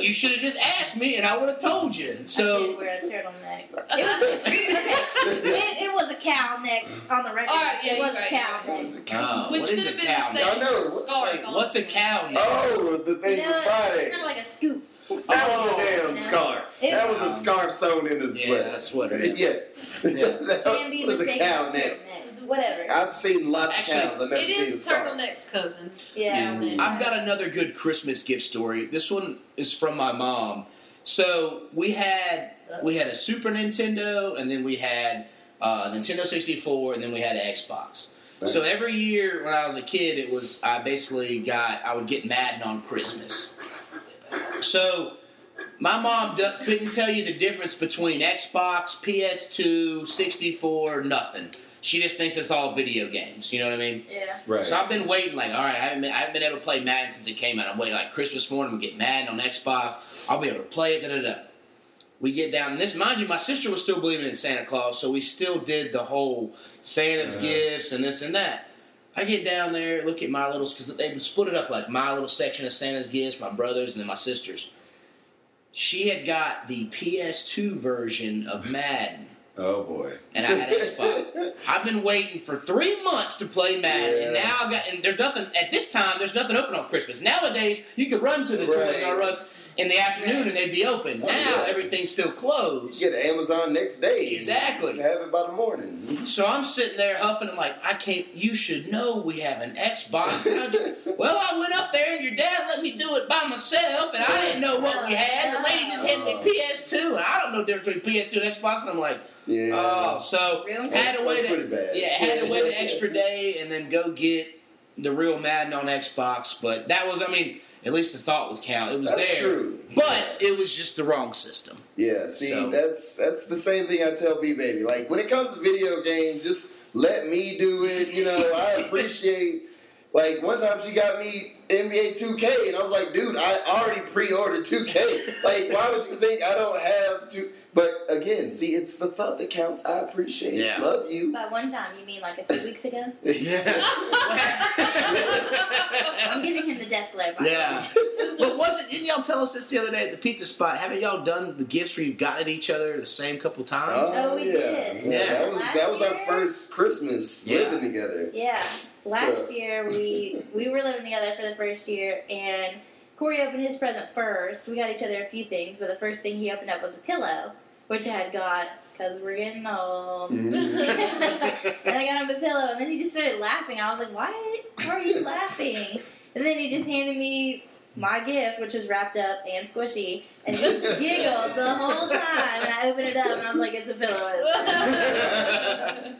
You should have just asked me, and I would have told you.
I
So
did wear a turtleneck. It was, it, it was a cow neck on the record.
All right, yeah,
it was
you're right.
a cow neck.
Oh,
Which
what is
could have
a
been
cow
mistaken
I know.
for a scarf.
Wait, what's a cow now?
Oh, the thing
you
from
know, it's
Friday.
kind of like a scoop.
That
Oh.
was a damn
Yeah.
scarf.
It-
that was a scarf sewn in a
yeah,
sweater.
that's what it is.
Yeah.
Yeah.
that
Can be
was a
mistaken
cow
for a
neck.
turtleneck. Whatever.
I've seen lots
Actually,
of cows. I've never
It
seen a
is
scarf.
turtleneck's cousin.
yeah.
Yeah.
I've got another good Christmas gift story. This one is from my mom. So we had we had a Super Nintendo, and then we had uh, Nintendo sixty four, and then we had an Xbox. So every year when I was a kid, it was I basically got I would get Madden on Christmas. So my mom d- couldn't tell you the difference between Xbox, PS2, 64, nothing. She just thinks it's all video games. You know what I mean?
Yeah.
Right.
So I've been waiting, like, all right, I haven't, been, I haven't been able to play Madden since it came out. I'm waiting, like, Christmas morning, we get Madden on Xbox. I'll be able to play it, da da da. We get down, and this, mind you, my sister was still believing in Santa Claus, so we still did the whole Santa's
Uh-huh.
gifts and this and that. I get down there, look at my little, because they would split it up like my little section of Santa's gifts, my brother's, and then my sister's. She had got the PS2 version of Madden,
Oh boy.
and I had Xbox. I've been waiting for three months to play Madden, and
Yeah.
now I got and there's nothing at this time. There's nothing open on Christmas nowadays. You could run to the Toys
Right.
R Us in the afternoon and they'd be open.
Oh,
Now
yeah.
everything's still
You
closed.
get Amazon next day.
Exactly. Oh,
You have it by the morning.
So I'm sitting there huffing. I'm like, I can't. You should know we have an Xbox. How'd you- well, I went up there and your dad let me do it by myself, and I didn't know what we had. The lady just
Oh.
handed me PS2, and I don't know the difference between PS2 and Xbox. And I'm like,
Yeah.
oh, so I
Real
had
that's,
to wait.
that's
a-
pretty bad.
Yeah, had to wait an extra day and then go get the real Madden on Xbox. But that was, I mean, At least the thought was count. It was
That's
there.
true.
But it was just the wrong system.
Yeah, see,
So-
that's that's the same thing I tell B baby. Like when it comes to video games, just let me do it. You know, I appreciate. Like one time she got me NBA 2K, and I was like, dude, I already pre-ordered 2K. Like, why would you think I don't have to? But again, see, it's the thought that counts. I appreciate. it.
Yeah.
Love you.
By one time, you mean like a few weeks ago?
Yeah.
I'm giving him the death glare. by the way.
Yeah. but wasn't didn't y'all tell us this the other day at the pizza spot? Haven't y'all done the gifts where you've gotten at each other the same couple times?
Oh, we did.
Yeah,
Yeah.
that was that was our
Last year?
first Christmas
Yeah.
living together.
Yeah. Last
So-
year we we were living together for the first year, and Corey opened his present first. We got each other a few things, but the first thing he opened up was a pillow, which I had got because we're getting old.
Mm-hmm.
and I got him a pillow, and then he just started laughing. I was like, "Why? Why are you laughing?" And then he just handed me my gift, which was wrapped up and squishy, and he giggled the whole time. And I opened it up, and I was like, "It's a pillow.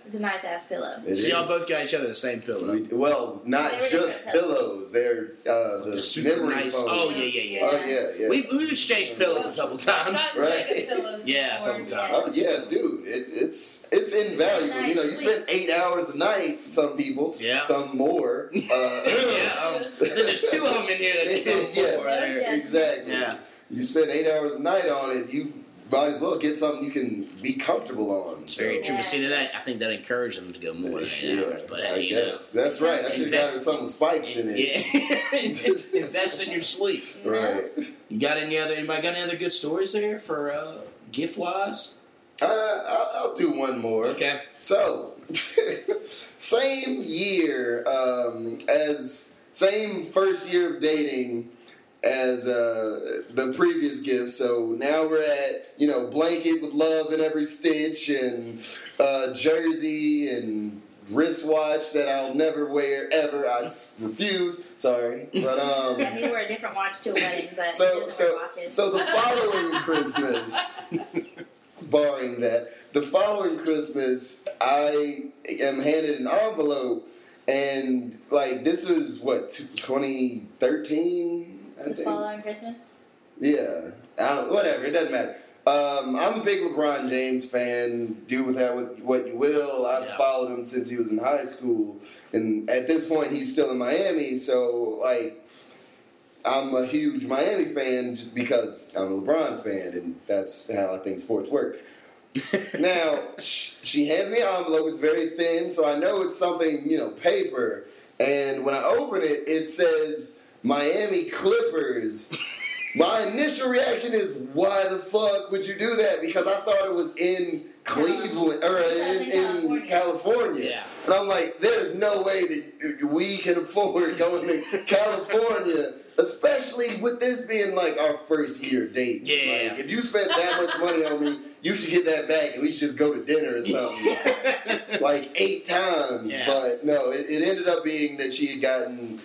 It's a nice ass pillow."
It
so y'all
is.
both got each other the same pillow.
We- well, not
They were
just
different
pillows. They're uh, the,
the super
memory
nice.
foam.
Oh yeah, yeah, yeah.
Oh yeah, yeah.
We've, we've exchanged pillows a couple times.
Got
Right.
mega pillows
Yeah, a
before.
couple
Oh
times.
yeah, dude. It, it's it's invaluable. you know, you
Sleep.
spend eight hours a night. Some people,
Yeah.
some more. Uh,
Yeah, um, there's two of them in here that's so
Yeah.
more there.
Yeah.
exactly.
Yeah.
You spend eight hours a night on it. You might as well get something you can be comfortable on.
It's
So,
very true. But see that I think that encouraged them to go more than eight
yeah,
hours. But hey,
I
you
guess that's right. I should have
Invest-
gotten something with spikes in
know.
it.
Yeah. Invest in your sleep.
You know?
Right.
You got any other? Anybody got any other good stories there for uh, gift wise?
Uh, I'll, I'll do one more.
Okay.
So, same year um, as same first year of dating as uh, the previous gift. So now we're at you know blanket with love in every stitch and uh, jersey and wristwatch that I'll never wear ever. I s- refuse. Sorry, but
Yeah,
um.
he wore a different watch to a wedding, but he
So
doesn't
so
wear watches.
so the following Christmas, barring that, the following Christmas, I am handed an envelope, and like this was what t- 2013, I
the
think.
following Christmas.
Yeah, I don't, whatever. It doesn't matter. Um, I'm a big LeBron James fan. Do with that with what you will. I've
Yeah.
followed him since he was in high school, and at this point, he's still in Miami. So like, I'm a huge Miami fan just because I'm a LeBron fan, and that's how I think sports work. now sh- she hands me an envelope. It's very thin, so I know it's something you know paper. And when I open it, it says Miami Clippers. My initial reaction is, why the fuck would you do that? Because I thought it was in Cleveland or in, in
California.
California.
Yeah.
And I'm like, there's no way that we can afford going to California, especially with this being like our first year date.
Yeah.
Like, if you spent that much money on me, you should get that back and we should just go to dinner or something. like eight times.
Yeah.
But no, it, it ended up being that she had gotten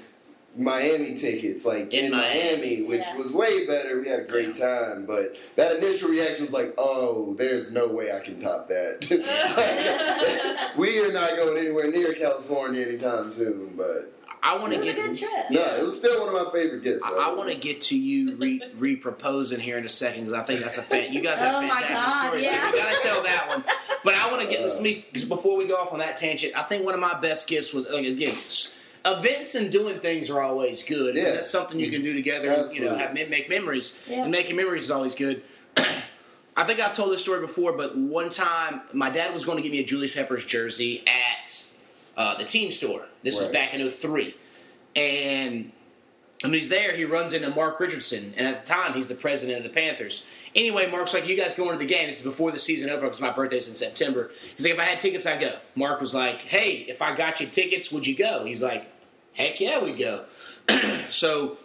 Miami tickets, like in,
In
Miami, which
Yeah.
was way better. We had a great time, but that initial reaction was like, "Oh, there's no way I can top that." we are not going anywhere near California anytime soon. But
I want
It
to
was a
get.
good trip.
no, it was still one of my favorite gifts.
I, I want to get to you re, reproposing here in a second because I think that's a fan. You guys have
Oh my
fantastic
God,
stories.
yeah.
So we gotta tell that one. But I want to get this. Me because before we go off on that tangent, I think one of my best gifts was like, again s- events and doing things are always good.
Yeah.
That's something you can do together. and, You know,
Absolutely.
have mem- make memories.
Yeah.
And making memories is always good. I think I've told this story before, but one time my dad was going to get me a Julius Peppers jersey at uh, the team store. This was
Right.
back in 03. And when he's there, he runs into Mark Richardson, and at the time, he's the president of the Panthers. Anyway, Mark's like, "You guys going to the game?" This is before the season opened because my birthday's in September. He's like, "If I had tickets, I'd go." Mark was like, "Hey, if I got you tickets, would you go?" He's like, "Heck yeah, we'd go." so.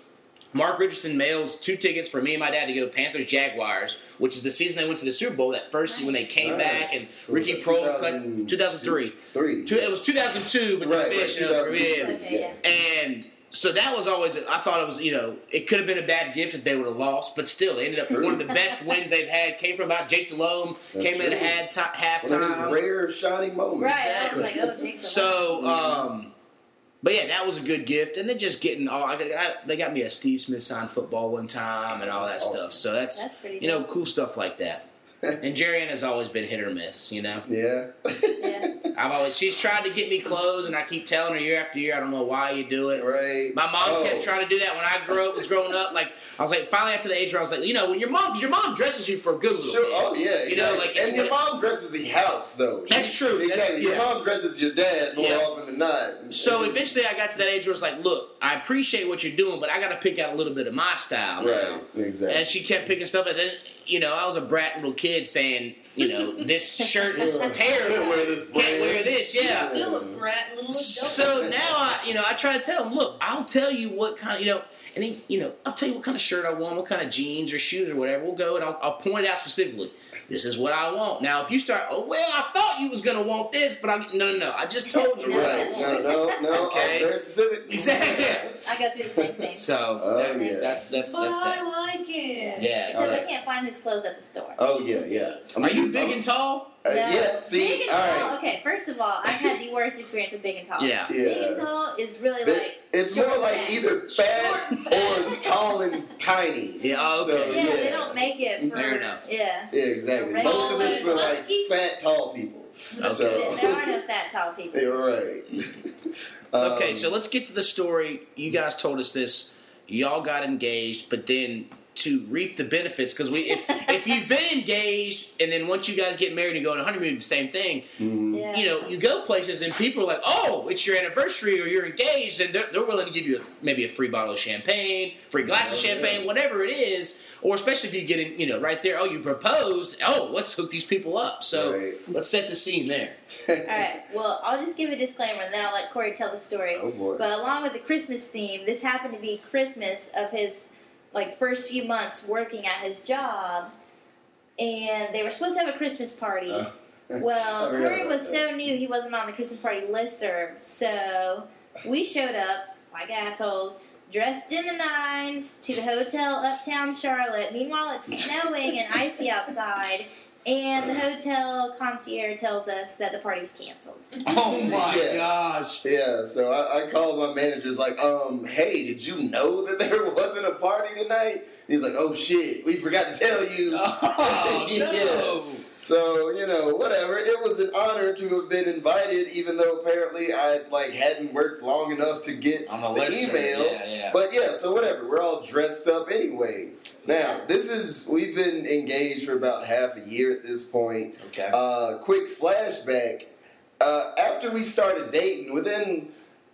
Mark Richardson mails two tickets for me and my dad to go Panthers Jaguars, which is the season they went to the Super Bowl. That first when they came
Nice.
back and
Nice.
Ricky
Was that
Prohl cut
2002?
2003.
three.
Two, it was 2002, but
right,
they
right,
finished it over.
2002.
Yeah.
Okay, yeah.
And so that was always, I thought it was, you know, it could have been a bad gift if they would have lost, but still, they ended up
True.
one of the best wins they've had. Came from about Jake Delhomme,
That's
came in
true.
at half
One of his
halftime.
rare shining moments.
Right. I was oh,
Exactly.
like, oh, Jake's
So, um, But yeah, that was a good gift, and then just getting all I, I, they got me a Steve Smith signed football one time and all
That's
that
awesome.
stuff. So that's,
That's pretty
you know cool stuff like that. and Jerrianne has always been hit or miss. You know,
Yeah.
Yeah.
I've always she's tried to get me clothes, and I keep telling her year after year, I don't know why you do it.
Right.
My mom
Oh.
kept trying to do that when I grew up, was growing up. Like I was like, finally after the age where I was like, you know, when your mom, 'cause your mom dresses you for a good little
Sure.
bit.
Oh yeah.
You know,
exactly.
like, it's
and your
what-
mom dresses the house though.
That's
She-
true. That's-
Exactly. Your
yeah.
mom dresses your dad more
Yeah.
often than not.
So eventually, I got to that age where it's like, look, I appreciate what you're doing, but I got to pick out a little bit of my style. now.
Right. Exactly.
And she kept picking stuff, and then you know, I was a brat little kid saying, you know, this shirt is
Yeah. Can't
terrible.
wear this
Can't
brand.
wear this. Yeah.
Still a brat little adult.
So now I, you know, I try to tell him, look, I'll tell you what kind, you know, and then you know, I'll tell you what kind of shirt I want, what kind of jeans or shoes or whatever. We'll go and I'll, I'll point it out specifically. This is what I want. Now, if you start, oh well, I thought you was gonna want this, but I'm no, no, no. I just told you what I
Right.
want.
No. No. No.
Okay.
I'm very specific.
Exactly.
I got through the same thing.
So
Oh,
that-
yeah.
that's that's
but
that's
I
that.
like it.
Yeah.
Except I
Alright.
can't find his clothes at the store.
Oh yeah. Yeah. I mean,
Are you big and tall?
Uh,
No.
yeah. See.
Big and
all right.
tall. Okay, first of all, I had the worst experience with big
Uh,
and tall.
Yeah.
Yeah.
Big and tall is really
But
like
it's
short
more like
fat.
either fat or it's tall and tiny.
Yeah. oh,
So,
okay.
yeah,
yeah.
they don't make it for
Fair enough.
Yeah.
Yeah, exactly.
Right.
Most of us were like
Musky?
fat, tall people.
Okay.
So,
There there are no fat tall people.
yeah, right.
Okay,
Um,
so let's get to the story. You guys told us this. Y'all got engaged, but then to reap the benefits, because we if, if you've been engaged and then once you guys get married and go on a honeymoon, the same thing.
mhm.
Yeah.
You know, you go places and people are like, "Oh, it's your anniversary or you're engaged," and they're, they're willing to give you a, maybe a free bottle of champagne, free glass of
Oh, yeah.
champagne, whatever it is. Or especially if you get in, you know, right there. Oh, you proposed. Oh, let's hook these people up. So
Right.
let's set the scene there.
All right. Well, I'll just give a disclaimer and then I'll let Corey tell the story.
Oh boy.
But along with the Christmas theme, this happened to be Christmas of his like first few months working at his job, and they were supposed to have a Christmas party.
Uh,
well,
I forgot
Corey
about
was
that.
so new he wasn't on the Christmas party listserv, so we showed up like assholes. Dressed in the nines to the hotel uptown Charlotte. Meanwhile, it's snowing and icy outside, and the hotel concierge tells us that the party's canceled.
Oh
my Yeah.
gosh!
yeah, so I, I called my manager's like, um, hey, did you know that there wasn't a party tonight? And he's like, oh shit, we forgot to tell you.
Oh
Yeah.
no!
So you know, whatever. It was an honor to have been invited, even though apparently I like hadn't worked long enough to get
on the
the
list.
email.
Yeah, yeah.
But yeah, so whatever. We're all dressed up anyway. Now, this is we've been engaged for about half a year at this point.
okay.
Uh, quick flashback. Uh, after we started dating, within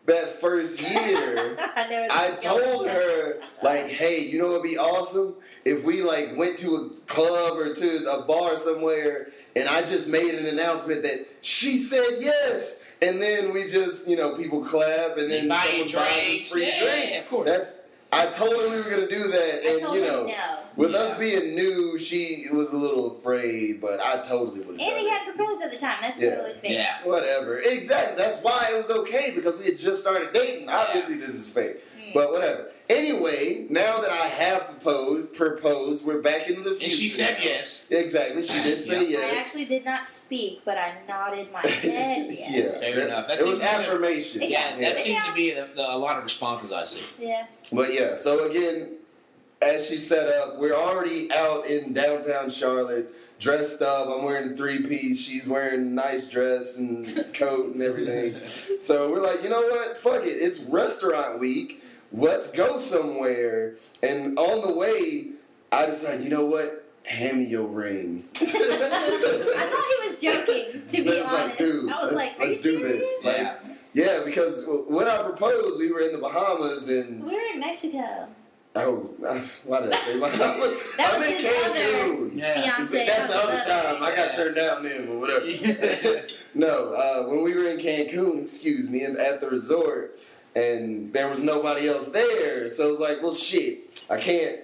that first year,
I know.
I
this is
told
going.
her like, hey, you know what'd be awesome if we like went to a club or to a bar somewhere, and I just made an announcement that she said yes, and then we just you know people clap and then
buy
someone
you
buys us
drinks.
free
yeah,
drinks.
of course.
That's. I told her we were gonna do that,
I
and
told
you
her
know,
no.
with
Yeah.
us being new, she was a little afraid, but I totally would have.
And he had proposed at the time. That's
Yeah.
totally fake.
yeah.
Whatever. Exactly. That's why it was okay because we had just started dating. Obviously, this is fake,
Mm.
but whatever. Anyway, now that I have proposed, proposed, we're back into the future.
And she said
now.
yes.
Exactly. She did say
I
yes.
actually did not speak, but I nodded my head. yes.
yeah.
Fair
That-
enough. That
it was
seems like a-
affirmation.
Yeah, that
Yeah.
seems to be the, the, a lot of responses I see.
Yeah.
But yeah, so again, as she set up, we're already out in downtown Charlotte, dressed up. I'm wearing a three piece. She's wearing a nice dress and coat and everything. So we're like, you know what? Fuck it. It's restaurant week. Let's go somewhere. And on the way, I decided, you know what? Hand me your ring.
I thought he was joking, to be
But it's
honest.
like, dude,
I was
let's-
like, Are
let's
you
do this.
serious?
Like-
yeah.
yeah, because when I proposed, we were in the Bahamas and
We were in Mexico.
Oh, why did I say Bahamas?
That
I'm
was
in
his other-
Cancun.
Yeah.
Fiance.
That's the
how's
other
that?
time I got turned down then, but
Yeah.
whatever. no, uh, when we were in Cancun, excuse me, and at the resort, and there was nobody else there, so it was like, well, shit, I can't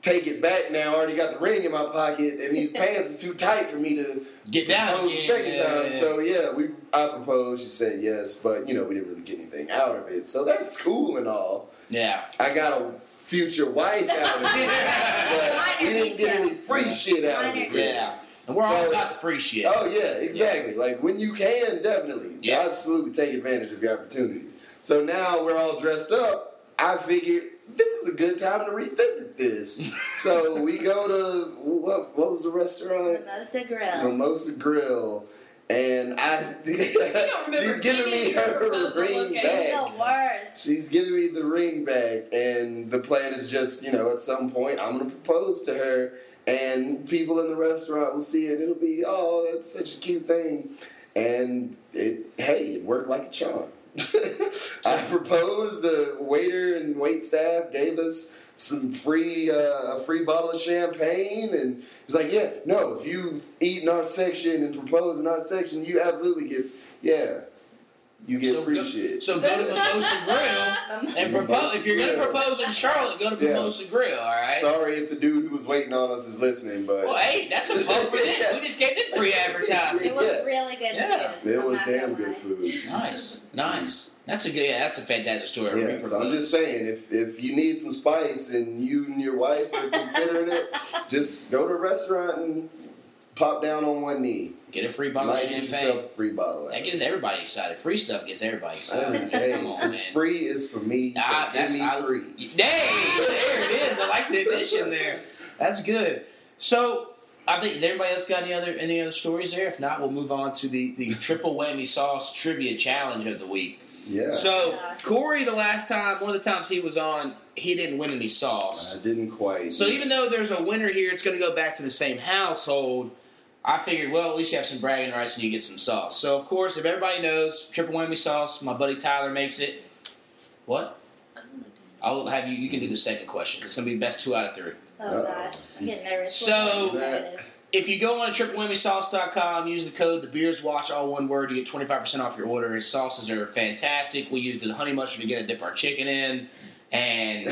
take it back now. I already got the ring in my pocket, and these pants are too tight for me to
Get down
propose Oh, the
again.
second
yeah,
time.
yeah.
So yeah, we I proposed. She said yes, but you know we didn't really get anything out of it, so that's cool and all.
yeah.
I got a future wife out of it. But we didn't get any free shit out of it. really.
Yeah. And we're all
So-
about the free shit.
Oh yeah, exactly. Like when you can, definitely,
Yeah.
absolutely take advantage of your opportunities. So now we're all dressed up. I figured this is a good time to revisit this. so we go to what? What was the restaurant?
Mimosa Grill.
Mimosa Grill. And I,
remember
she's giving me
seeing your
her
mimosa
ring
location.
back.
It's the worst.
She's giving me the ring back, and the plan is just, you know, at some point I'm gonna propose to her, and people in the restaurant will see it. It'll be, oh, that's such a cute thing, and it, hey, it worked like a charm. I proposed. The waiter and wait staff gave us some free, uh, a free bottle of champagne, and it's like, yeah, no, if you eat in our section and propose in our section, you absolutely get, yeah, you get
so
free
go,
shit.
So go to Mimosa Grill
Um,
and propose. If you're gonna
Grill.
propose in Charlotte, go to
Yeah.
Mimosa Grill. All right.
Sorry if the dude who was waiting on us is listening, but
well, hey, that's a vote for them. We just gave them free advertising.
It was
Yeah.
really good
Yeah.
food.
it
I'm
was
not
damn
gonna
good
lie.
food.
Nice, nice. That's a good. Yeah, that's a fantastic story.
Yeah, so I'm just saying, if, if you need some spice and you and your wife are considering it, just go to a restaurant and pop down on one knee.
get a free
You
bottle of
might get yourself
champagne.
a free bottle. of
That
it.
gets everybody excited. Free stuff gets everybody
Oh,
excited.
hey,
Come on,
it's
man.
free is for me. So
Ah,
give
that's-
me
I-
free.
Hey, there it is. I like the addition there. That's good. So I think has everybody else got any other any other stories there? If not, we'll move on to the the triple whammy sauce trivia challenge of the week.
Yeah,
So
Gosh.
Corey, the last time, one of the times he was on, he didn't win any sauce.
I didn't quite.
So even though there's a winner here, it's going to go back to the same household. I figured, well, at least you have some bragging rights and you get some sauce. So of course, if everybody knows triple whammy sauce, my buddy Tyler makes it. What? I'll have you. You can do the second question. 'cause It's going to be best two out of three.
Oh gosh, I'm getting nervous.
So-
Competitive.
If you go on to triplewhammysauce.com, use the code the beers watch all one word, you get twenty five percent off your order. His sauces are fantastic. We used the honey mustard to get to dip our chicken in, and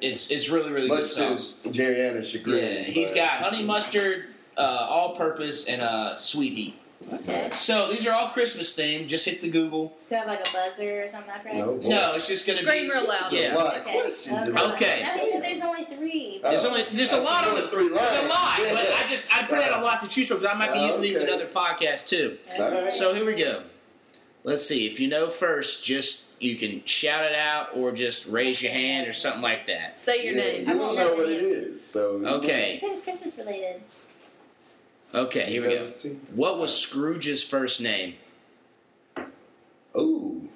it's it's really really good
much
sauce.
to Jerry Anna's chagrin,
Yeah, he's
but-
got honey mustard, uh, all purpose, and uh, sweet heat.
okay.
So these are all Christmas themed. Just hit the Google.
Do I have like a buzzer or something? like that?
No.
No, it's just gonna
Scream
be.
real loud.
There's a
Yeah.
lot of
Okay.
questions. in
Okay.
there.
Now he said there's only three.
There's
Oh,
only there's a
that's
lot on
another
the
three lines.
There's a lot,
Yeah.
but I just I put out a lot to choose from because I might be
Oh,
using these in
okay.
other podcasts too.
Okay.
So here we go. Let's see if you know first. Just you can shout it out or just raise your hand or something like that.
Say your
Yeah,
name.
You
I
don't
won't
know
know
what
any
it
of these.
is, so
He
Okay,
said it's Christmas related.
okay, here we go.
See?
What was Scrooge's first name?
Ooh,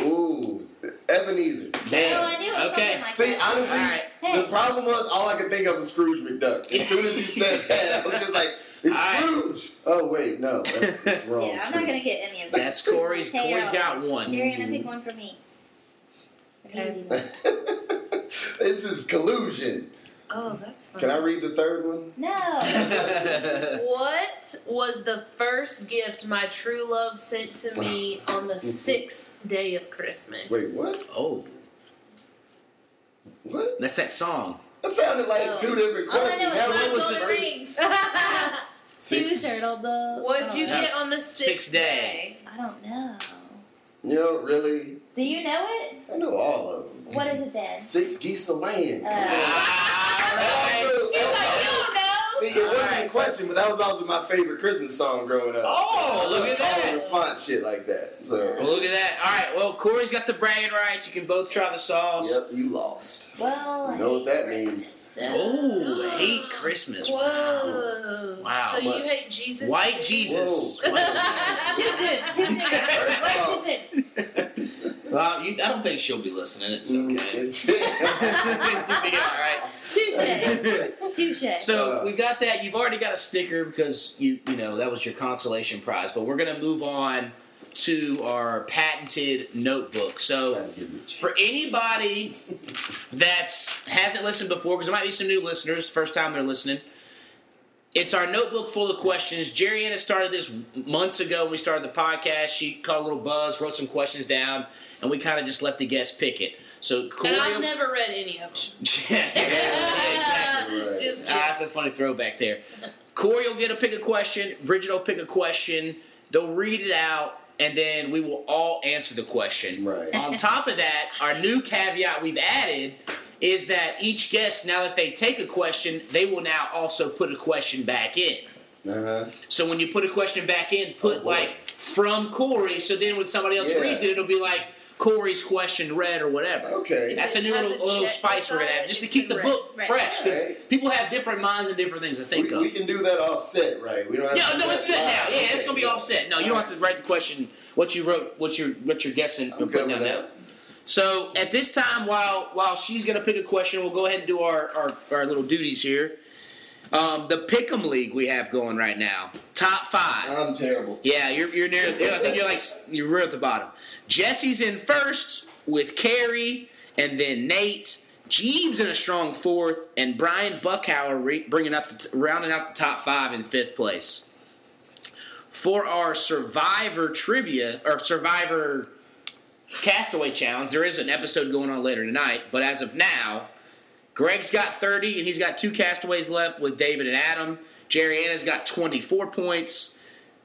ooh, Ebenezer.
Oh,
Damn.
I knew it was
Okay.
something like
See,
that.
honestly,
Alright.
Hey.
the problem was all I could think of was Scrooge McDuck. As soon as you said that, I was just like, "It's
Alright.
Scrooge." Oh wait, no, that's, that's wrong.
yeah, I'm
Scrooge.
not gonna get any of that.
That's Corey's.
Hey,
Corey's
y'all.
got one.
Darian,
Mm-hmm.
pick one for me. An easy one.
this is collusion.
Oh, that's funny.
Can I read the third one?
No.
What was the first gift my true love sent to me on
Mm-hmm.
the sixth day of Christmas?
Wait, what?
oh,
What?
that's that song.
That sounded like two different
Oh. All I
questions.
know is
How
five
long
was
golden
the
first-
rings. Two
Six-
turtle doves.
What'd you
Oh,
no.
get on the
Sixth
sixth day?
day.
I don't know.
You know, really,
Do you know it?
I know all of them.
What is it then?
Six geese a laying.
Uh,
Alright.
She's like, you don't know.
See, it wasn't
Alright.
a question, but that was also my favorite Christmas song growing up.
Oh, look at
Call and
that.
Response shit like that.
Well,
So,
look at that. All right. Well, Corey's got the bragging rights. You can both try the sauce.
yep, you lost.
Well, I
You know what
hate
that
Christmas,
means.
so-
Oh, hate Christmas. Wow.
Whoa.
Wow.
So
Much.
you hate Jesus?
White
too?
Jesus.
Whoa.
Tisn't, tisn't,
off-
tisn't.
Well, you, I don't think she'll be listening. It's
Mm,
okay. You'll be all right.
Touche, touche.
So we got that. You've already got a sticker because you you know that was your consolation prize. But we're gonna move on to our patented notebook. So. for anybody that's hasn't listened before, because there might be some new listeners, first time they're listening. It's our notebook full of questions. Jerry Anna started this months ago when we started the podcast. She caught a little buzz, wrote some questions down, and we kind of just let the guests pick it. So Corey,
And I've never read any of them.
Yeah, exactly.
Right.
Just
Ah, that's a funny throwback there. Corey will get a pick a question. Bridget will pick a question. They'll read it out, and then we will all answer the question.
Right.
On top of that, our new caveat we've added is that each guest, now that they take a question, they will now also put a question back in.
Uh-huh.
So when you put a question back in, put
Oh, boy.
like from Corey. So then when somebody else
Yeah.
reads it, it'll be like Corey's question read or whatever.
Okay.
That's a new
Has
little,
it
little
checked
spice we're gonna
inside?
add, just to
It's
keep the
been read.
book
Right.
fresh, because
Right.
people have different minds and different things to think
We,
of.
we can do that offset, right? We don't have
Yeah,
to
no, it's
that
good now.
live.
Yeah, it's gonna be
Okay.
offset. No, you don't have to write the question. What you wrote, what you're, what you're guessing,
I'm
you're
good
putting down
with
now. So at this time, while while she's gonna pick a question, we'll go ahead and do our our, our little duties here. Um, the Pick'em League we have going right now, top five.
I'm terrible.
Yeah, you're, you're near. yeah, I think you're like s- you're real at the bottom. Jesse's in first with Carrie, and then Nate. Jeeves in a strong fourth, and Brian Buckhauer re- bringing up, the t- rounding out the top five in fifth place. For our Survivor trivia or Survivor Castaway Challenge, there is an episode going on later tonight, but as of now, Greg's got 30 and he's got two castaways left with David and Adam. Jerry Anna's got 24 points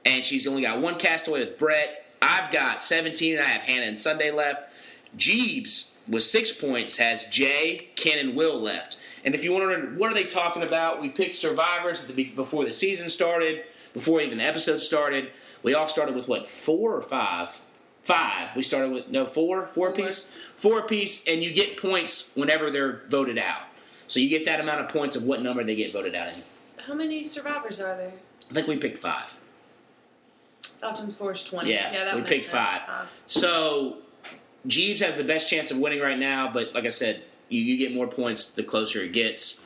and she's only got one castaway with Brett. I've got 17 and I have Hannah and Sunday left. Jeebs with six points has Jay, Ken, and Will left. And if you want to know what are they talking about, we picked survivors at the, be- before the season started, before even the episode started. We all started with what four or five? Five. We started with no four, four piece, four piece, and you get points whenever they're voted out. So you get that amount of points of what number they get voted out in.
How many survivors are there?
I think we picked five.
Optum Force 20.
Yeah,
that
we
makes
picked
sense.
five. So Jeeves has the best chance of winning right now, but like I said, you, you get more points the closer it gets.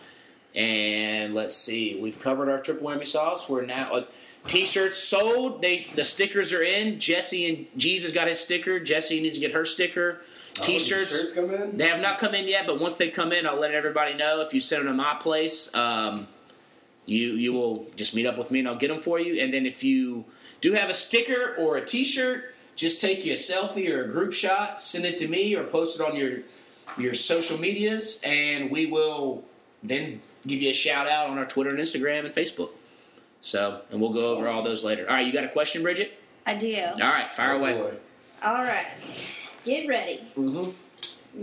And let's see, we've covered our triple whammy sauce. We're now uh, t-shirts sold. They the stickers are in. Jesse and Jeeves has got his sticker. Jesse needs to get her sticker.
Oh, did
T-shirts.
shirts come in.
They have not come in yet, but once they come in, I'll let everybody know. If you send them to my place, um, you you will just meet up with me and I'll get them for you. And then if you do have a sticker or a T-shirt, just take you a selfie or a group shot, send it to me, or post it on your your social medias, and we will then give you a shout out on our Twitter and Instagram and Facebook. So, and we'll go over all those later. All right, you got a question, Bridget?
I do.
All right, fire
Oh,
away.
boy.
All right, get ready.
Mm-hmm.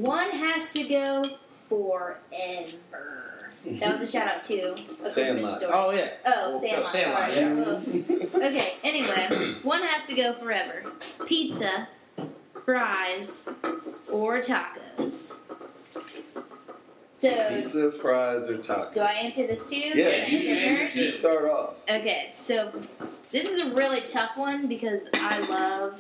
One has to go forever. That was a shout out to a Christmas
Sandlot.
story.
Oh yeah.
Oh, Sandlot.
Oh, Sandlot,
sorry.
yeah.
Ugh. Okay, anyway, one has to go forever. Pizza, fries, or tacos. So,
Pizza, fries, or tacos.
do I answer this too?
Yeah, you,
Okay.
you, you start off.
Okay, so this is a really tough one because I love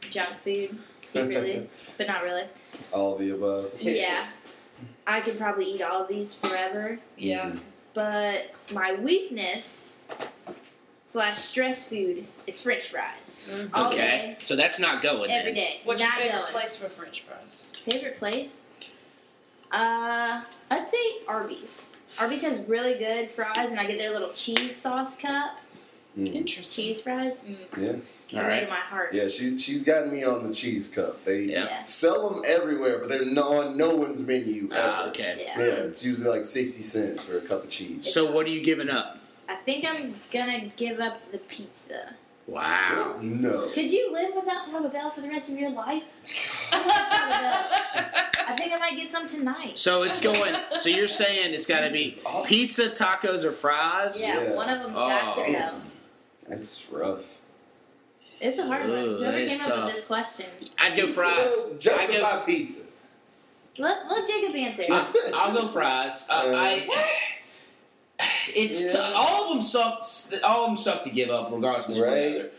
junk food secretly, but not really.
All the above.
Yeah. I could probably eat all these forever,
Yeah.
Mm-hmm.
but my weakness slash stress food is french fries. All
Okay,
day,
so that's not going. then.
every day.
What's
not
your favorite
going.
place for French fries?
Favorite place? Uh, I'd say Arby's. Arby's has really good fries, and I get their little cheese sauce cup.
Mm.
Interesting.
Cheese fries? Mm,
Yeah.
it's
All
the way
right.
to my heart.
Yeah, she she's gotten me on the cheese cup. They
Yeah.
Yes.
sell them everywhere, but they're no, on no one's menu. Ever.
Ah, okay.
Yeah.
Yeah, it's usually like sixty cents for a cup of cheese.
So what are you giving up?
I think I'm gonna give up the pizza.
Wow.
No.
Could you live without Taco Bell for the rest of your life? I love Taco Bell. I think I might get some tonight.
So it's going. So you're saying it's got to be
This is awesome.
pizza, tacos, or fries?
Yeah,
Yeah.
one of them's got
Oh.
to go.
That's rough.
It's a hard one.
Ooh, that
Whoever
is
came up
tough.
with this question.
I'd go
Pizza,
fries.
though,
I'd go,
Justify pizza.
Let, let Jacob answer.
Uh, I'll go fries. Uh,
Uh,
I. It's
Yeah.
t- all of them suck. All of them suck to give up, regardless of
Right.
the weather.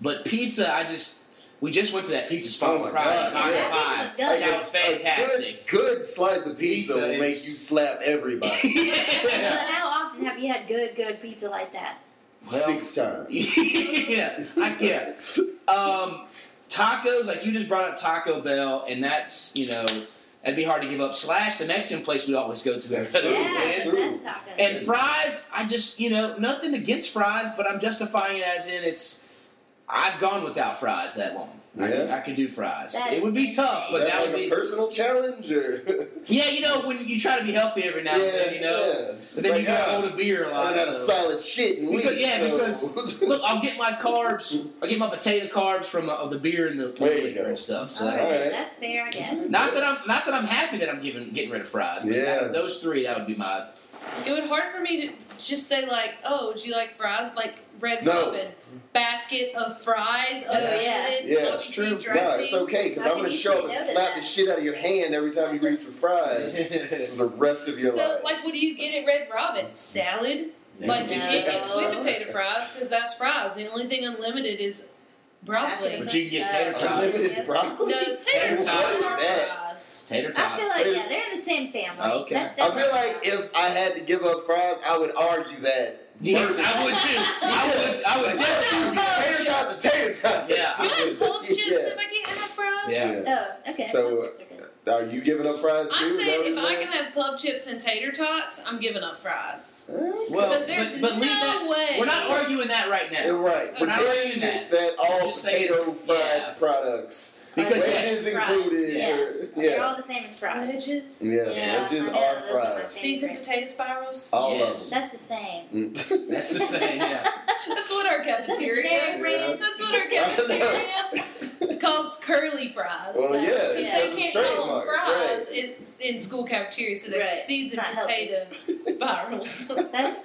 But pizza, I just we just went to that pizza
Oh
spot
my
on Friday.
God,
Taco
yeah.
Pie.
That
That was
a- a good-
fantastic.
good, slice of pizza,
Pizza
will
is-
make you slap everybody
yeah.
How often have you had good, good pizza like that?
Well-
six times.
yeah, I, yeah. Um, tacos, like you just brought up Taco Bell, and that's you know that'd be hard to give up. Slash the Mexican place we always go to.
That's
every
true.
weekend.
Yeah,
Ooh.
that's tacos.
And fries, I just you know nothing against fries, but I'm justifying it as in it's I've gone without fries that long. I, could,
Yeah.
I could do fries.
That
it
is
would be tough,
insane.
but
Is
that,
that
would
like a
be
personal challenge or
yeah. You know when you try to be healthy every now and then, you know,
yeah. It's
but then
like,
you gotta
ah,
hold a beer a
I
lot.
ran out of
so-
solid shit in
Because-
weeks.
yeah,
so-
Look, I'll get my carbs. I get my potato carbs from uh, the beer and the
There you
liquor
go.
and stuff. So
All
that-
right,
Alright.
that's fair, I guess.
not that I'm not that I'm happy that I'm giving getting rid of fries. But
Yeah.
that- those three that would be my.
It would hard for me to just say like, "Oh, do you like fries?" Like Red
No.
Robin, basket of fries.
Yeah.
Oh,
unlimited,
Yeah. that's
easy
true.
dressing.
No, it's okay because
How
I'm
can
gonna
you
show up
say
and
no to
slap the
that?
shit out of your hand every time you reach for fries for the rest of your
So,
life.
like, what do you get at Red Robin? Salad. Like, you
No.
can't get sweet potato fries because that's fries. The only thing unlimited is broccoli.
But you can get tater
Uh,
tots.
Unlimited
No,
broccoli.
tater tots are
that?
fries.
Tater tots.
I feel like yeah, they're in the same family.
Oh, okay.
That-
I
that-
feel like if I had to give up fries, I would argue that.
yes, I would too. I would. I would definitely.
Tater tots are tater tots.
Yeah.
Can I have pulled chips if
Yeah.
I can't have fries?
Yeah.
Oh, okay.
So,
Those chips are good.
Are you giving up fries too?
I'm
Is that what
saying if
you're
I can have pub chips and tater tots, I'm giving up fries.
Okay.
Well,
Because there's
but- but
no
leave that-
way.
We're not arguing that right now.
You're right.
We're
We're
not arguing
telling
that.
that. that all
Just saying-
potato fried
yeah.
products.
Because
Wedges
yes,
Wedges. Fries,
included.
yeah. They're all the same as fries.
Wedges.
Yeah,
Yeah.
wedges
I know,
are
those are my
fries.
Seasoned potato spirals.
All
Yes.
of
That's the same.
them.
that's the same. Yeah.
That's what our
Is that the generic
cafeteria.
brand?
That's what our cafeteria calls curly fries.
well, yeah,
Because
it's
they
a
can't
trademark.
call them
right.
fries in, in school cafeteria, so they're
Right.
seasoned
Not healthy.
potato spirals.
That's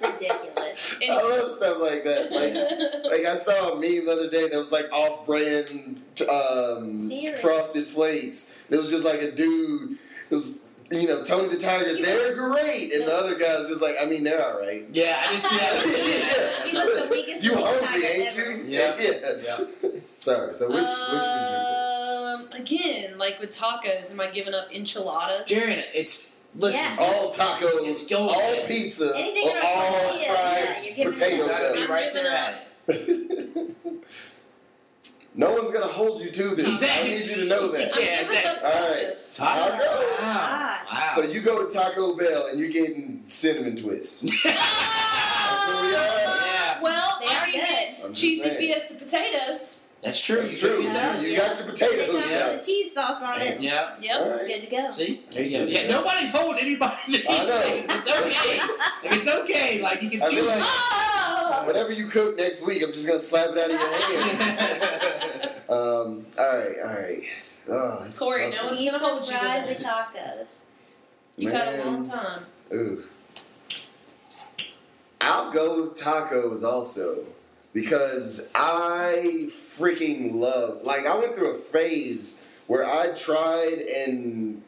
ridiculous.
I love stuff like that. Like, like I saw a meme the other day that was like off-brand um,
Serious.
frosted flakes. It was just like a dude. It was you know Tony the Tiger. They're great, and the other guy's just like, I mean, they're all right.
Yeah, I didn't see that.
He was the weakest
you
little
hungry,
tiger
ain't
ever.
you?
Yeah.
Sorry. So
Uh,
which,
um, again, like with tacos, am I giving up enchiladas?
Jared, it's listen.
Yeah.
which would you do? All tacos,
It's going
all
there.
pizza,
Anything
or
in our
all
tortilla, yeah,
fried
you're giving
You
potato
it
gotta be
I'm
right
giving
there
up.
at it.
no one's gonna hold you to this.
Exactly.
I need you to know that.
I'm
Yeah,
giving up
that-
all right.
tacos.
Taco.
Taco.
Wow.
Gosh.
wow.
So you go to Taco Bell and you're getting cinnamon twists.
yeah,
Well,
They
I
are
already
I'm
good.
had
just
cheesy
saying.
fiesta potatoes.
that's true.
That's true.
You
Yeah.
can do
You got your
They
potatoes
got
Yeah.
the cheese sauce on
that.
it.
Yeah.
Yep.
All right.
Good to go.
See, there you go. Yeah, nobody's holding anybody to these
I know.
things. It's okay. it's okay. Like you can
I feel
choose.
like-
Oh!
Whatever you cook next week, I'm just gonna slap it out of your hand. um. All right. All right. Oh, it's
Corey,
tough.
no one's
Pizza,
gonna hold you to
fries, or
this.
tacos.
You've had a long
Man.
time.
Ooh. I'll go with tacos also because I freaking love. Like I went through a phase where I tried and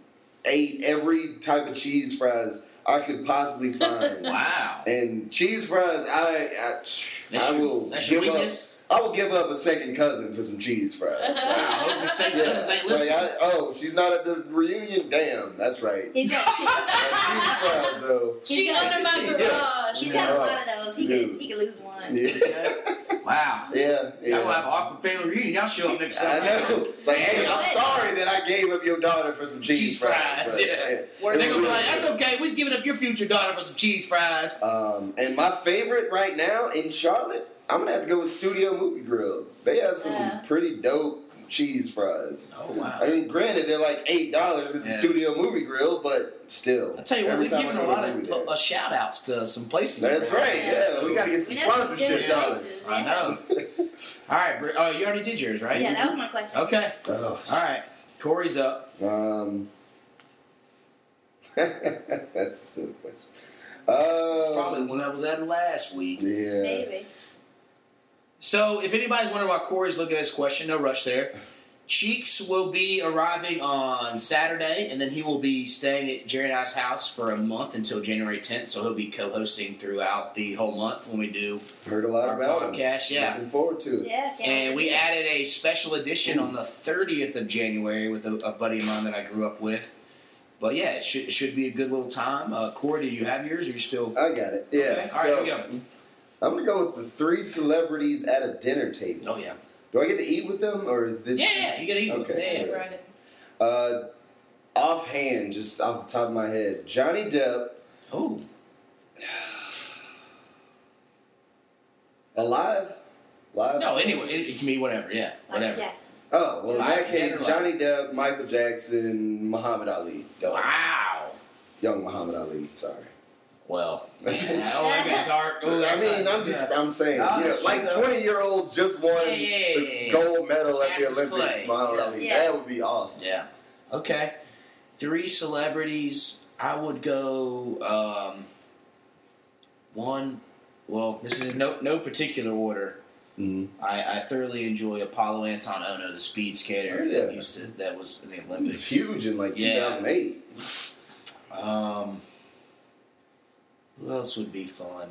ate every type of cheese fries I could possibly find.
wow.
And cheese fries, I I,
That's
I
your-
will
that's your
give up.
weakness.
I will give up a second cousin for some cheese fries.
Wow. I hope your second
Yeah.
cousins ain't
Like,
listening.
I, oh, she's not at the reunion. Damn, that's right.
He's got,
Uh, cheese fries though.
She
She's
under
got-
my
Yeah.
garage.
he's Oh, got a lot of those. He could, he could lose one.
Yeah,
Wow.
yeah.
Y'all gonna have
yeah.
awkward family reunion. Y'all show up next
I
summer.
know. It's like, hey,
Yeah.
I'm sorry that I gave up your daughter for some cheese,
Cheese fries,
but-
yeah.
yeah.
And they're gonna be
It was
like, "That's
really
okay. We're giving up your future daughter for some cheese fries."
good. Um, and my favorite right now in Charlotte, I'm gonna have to go with Studio Movie Grill. They have some
Yeah.
pretty dope cheese fries.
Oh wow.
I mean, granted, they're like eight dollars at the
Yeah.
Studio Movie Grill, but still.
I tell you what,
every
we've
time I
given
go
a
to
lot
movie
of
there.
uh, shout outs to some places.
That's
around
right.
here,
Yeah,
so-
we gotta get some
We know some good
sponsorship
places.
dollars.
I know. All right. Bri- Oh, you already did yours, right?
Yeah, that was my question.
Okay.
Oh,
All right. Corey's up.
Um, that's a silly question. Uh,
Probably the one that was at last week.
Yeah.
Maybe.
So, if anybody's wondering why Corey's looking at this question, no rush there. Cheeks will be arriving on Saturday, and then he will be staying at Jerry and I's house for a month until January 10th. So he'll be co-hosting throughout the whole month when we do
Heard a lot
our
about him.
podcast. Yeah,
Looking forward to it.
Yeah. can't
and we
forget.
added a special edition on the 30th of January with a, a buddy of mine that I grew up with. But yeah, it should, it should be a good little time. Uh, Corey, do you have yours? Or are you still?
I got it. Yeah.
Okay. All right,
so
here we
I'm gonna go with the three celebrities at a dinner table.
go. Oh yeah,
Do I get to eat with them, or is this?
yeah, yeah. You gotta eat. with it.
Okay.
Yeah, yeah.
Right.
Uh, offhand, just off the top of my head, Johnny Depp,
Oh,
alive, alive.
no. Anyway, it, it can be whatever. Yeah,
Michael
whatever.
Jackson.
Oh well, in
Alive,
that
dead
case,
or
Johnny Depp, Michael Jackson, Muhammad Ali. Duh.
Wow.
Young Muhammad Ali. Sorry.
Well, yeah, oh, that got dark. Oh,
I
that
mean,
got-
I'm just,
yeah.
I'm saying,
Oh,
you know,
shut
like
up.
20 year old just won
Yeah, yeah,
the
yeah, yeah.
gold medal at the
Cassius
Olympics.
Clay.
Muhammad
Yeah.
Ali.
Yeah.
That would be awesome.
Yeah. Okay. Three celebrities. I would go. Um, one. Well, this is no no particular order.
Mhm.
I, I thoroughly enjoy Apollo Anton Ono, the speed skater
Oh, yeah.
that used to that was in the
It was
Olympics.
huge in like
Yeah.
2008.
Um, who else would be fun?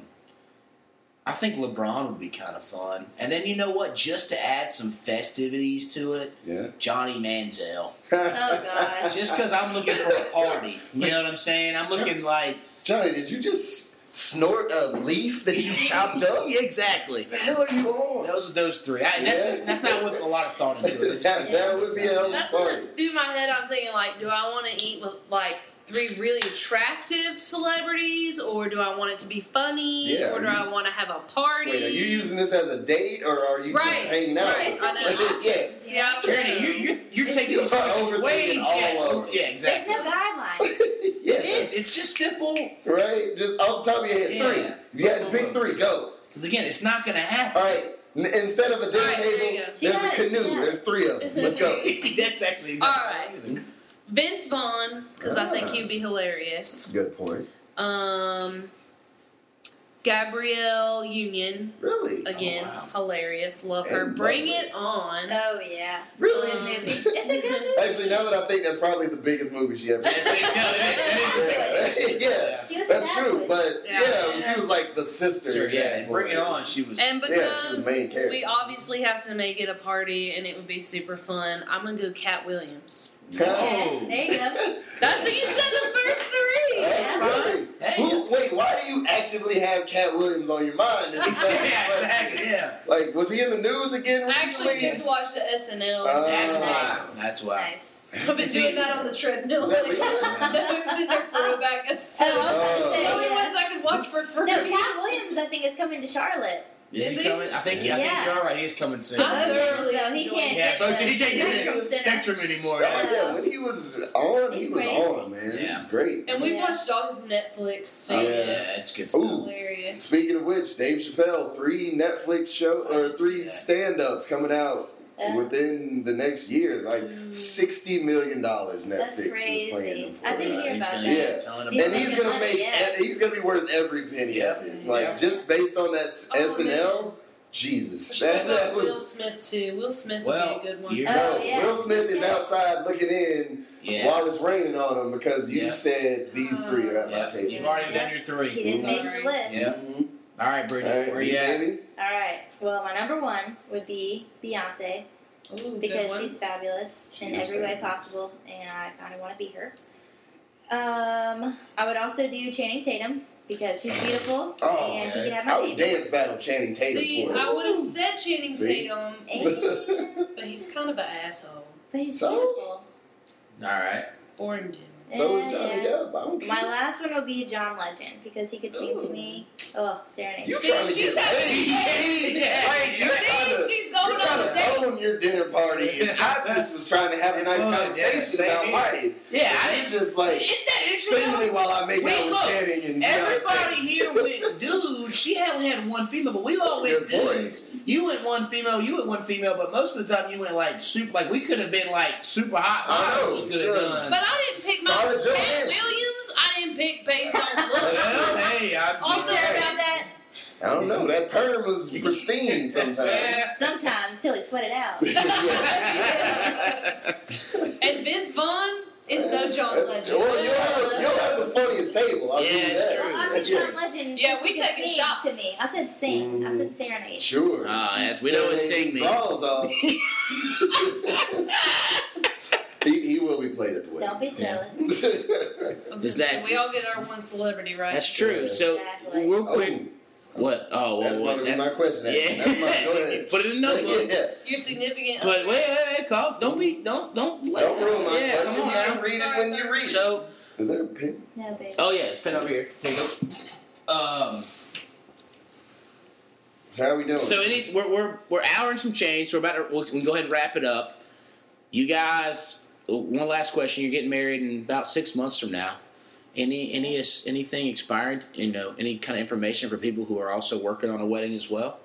I think LeBron would be kind of fun. And then you know what? Just to add some festivities to it,
Yeah.
Johnny Manziel.
Oh gosh.
Just because I'm looking for a party, you know what I'm saying? I'm looking like
Johnny, did you just snort a leaf that you chopped up?
Yeah, exactly.
The hell are you on?
Those those three. I, that's,
Yeah.
just, that's not with a lot of thought into it. It's just-
that, that would be a hell of a
That's
party.
what through my head. I'm thinking like, do I want to eat with like three really attractive celebrities, or do I want it to be funny,
Yeah,
or do
you-
I want to have a party?
Wait, are you using this as a date or are you
Right,
just hanging out?
right, I know.
yeah.
See, I'm
Journey, you, you, you're taking these questions
Overthinking
way
all of
yeah,
them.
yeah,
There's
exactly.
no guidelines.
It
yeah.
is. It's just simple.
Right? Just off the top of your head, three.
Yeah.
You had to pick three. Go.
Because again, it's not going to happen.
All right. N- instead of a dinner
All right, there you
table,
go.
She
there's a
got it, she
canoe.
got it.
There's three of them. Let's go.
That's actually
All right. Vince Vaughn, because I
Ah.
think he'd be hilarious.
Good point.
Um, Gabrielle Union
Really?
again,
Oh, wow.
hilarious. Love her.
And
Bring
lovely.
it on.
oh yeah.
Really?
Mm-hmm.
Good movie. It's a good movie.
Actually, now that I think, that's probably the biggest movie she ever
That's- that's- no, that- that is-
Yeah.
yeah.
She was
That's
bad
true,
one.
but yeah,
Yeah.
she was like the sister.
Sure,
in
yeah,
that
and bring it
movie.
on. She was.
And
Yeah, she was
because
the main character.
we obviously have to make it a party and it would be super fun, I'm gonna go Cat Williams.
Yeah,
Whoa.
there you go.
That's what you said the first three.
That's
Yeah.
right.
Hey,
Who,
that's-
wait, why do you actively have Cat Williams on your mind? It's like-
yeah, exactly. Yeah.
Like, was he in the news again
I actually
recently?
just watched the SNL.
Uh,
That's
Nice.
why. That's why.
Nice.
I've been
See-
doing that on the treadmill.
Is that what
no, it was in their throwback episode.
Oh, I was
Oh.
gonna say,
the only
yeah.
ones I could watch for free.
No, Cat Williams, I think, is coming to Charlotte.
Is
Is
he
he?
coming? I think. I think
Yeah.
you're all right. He's coming soon.
I
Both
thoroughly
of them, though. He
enjoyed
can't
it.
Yeah,
get
but
the
he can't get
Spectrum
the
Center.
spectrum anymore.
Oh, yeah, when he was on, he
He's
was
great.
on, man.
Yeah.
He's great.
And we've
Yeah.
watched all his
Oh,
Netflix
Yeah,
too.
it's good stuff.
Ooh.
Hilarious.
Speaking of which, Dave Chappelle, three Netflix show or three
Yeah.
stand ups coming out
Yeah.
within the next year. Like sixty million dollars
That's
Netflix is
crazy.
playing them
I
for.
did hear
he's
about
gonna
that.
get a ton of
Yeah.
And he's
making
gonna
money,
make
yeah.
and he's gonna be worth every penny of it. Like
Yeah.
just based on that s-
Oh,
SNL,
man.
Jesus.
What
That,
about
that
Will
was
Smith too. Will Smith
Well,
would be a good one.
you're-
no,
Oh, yeah.
Will Smith is
Yeah.
outside looking in
Yeah.
while it's raining on him because you
Yeah.
said these three are at my
Yeah,
table.
You've already done your
He
three.
just made the
Sorry.
list.
Yeah.
Mhm.
All right,
All
Bridget,
right,
where
you
you at?
ready?
All right. Well, my number one would be Beyonce
Ooh, good
because
one.
she's fabulous
She
in
is
every way
fabulous.
possible, and I kind of want to be her. Um, I would also do Channing Tatum because he's beautiful
Oh,
and he
okay.
can
I
have my
would
baby.
dance battle Channing Tatum
See,
for it.
I would have said Channing
See?
Tatum,
And-
but he's kind of an asshole.
but he's
So?
beautiful.
All right.
Born dude.
so is
Yeah,
Johnny
yeah.
Depp. I don't care.
My last one would be John Legend because he could sing to
Ooh.
me. Oh, serenade.
you
See,
trying to
she's
get
having-
laid. Like, you're
See,
trying to-
she's
You're
going on a
trying
date.
to own your dinner party, and I just was trying to have a nice
Oh, yeah,
conversation
same
about
here.
life.
Yeah, I
I'm
didn't.
just like
Isn't that
sing me
interesting?
while I make
We
out with
look,
Channing and
Everybody
Beyonce.
here went, dude. She only had one female, but we all
That's a
went
good point.
dudes. You went one female, you went one female, but most of the time you went like super. Like we could have been like super hot.
I know,
models We could have
Oh, sure.
done.
But I didn't pick my
Scarlett
Cat
Johansson.
Williams. I didn't pick based on
Well,
looks.
hey, I'm
Also,
just
Sure
saying.
about that?
I don't know. That perm was pristine sometimes.
Yeah.
Sometimes till he sweat it out.
and Vince Vaughn is no John
That's-
Legend.
Well, you'll have, you'll have the funniest table. I'll
Yeah,
give you
it's
that.
true.
Well, I mean,
Yeah.
John Legend.
Yeah,
just
we
can
taking
sing
shots.
to me. I said sing. I
Mm.
said serenade.
Sure.
Ah, yes, we know what
Serenade
sing means.
draws off. he, he will be played at the
Don't be jealous.
I
wedding.
was gonna
Exactly.
say, We all get our one celebrity, right?
That's true. So
Exactly.
real quick,
Oh,
what? Oh,
that's
well, what?
gonna be my
That's,
question.
yeah.
Never mind. Go ahead.
Put it in notebook.
Yeah.
Your significant.
But
other.
wait, wait, wait, Carl, don't be, don't, don't. let-
Don't ruin my
yeah,
question.
come on
You
now.
can read it when you read. it.
So,
Is there a pin?
No, baby.
oh yeah, it's pin over here. There you go. Um,
So how we doing?
so any, we're we're we're hour and some change. So we're about to we'll, we can go ahead and wrap it up. You guys, one last question. You're getting married in about six months from now. Any any anything expired? You know, any kind of information for people who are also working on a wedding as well?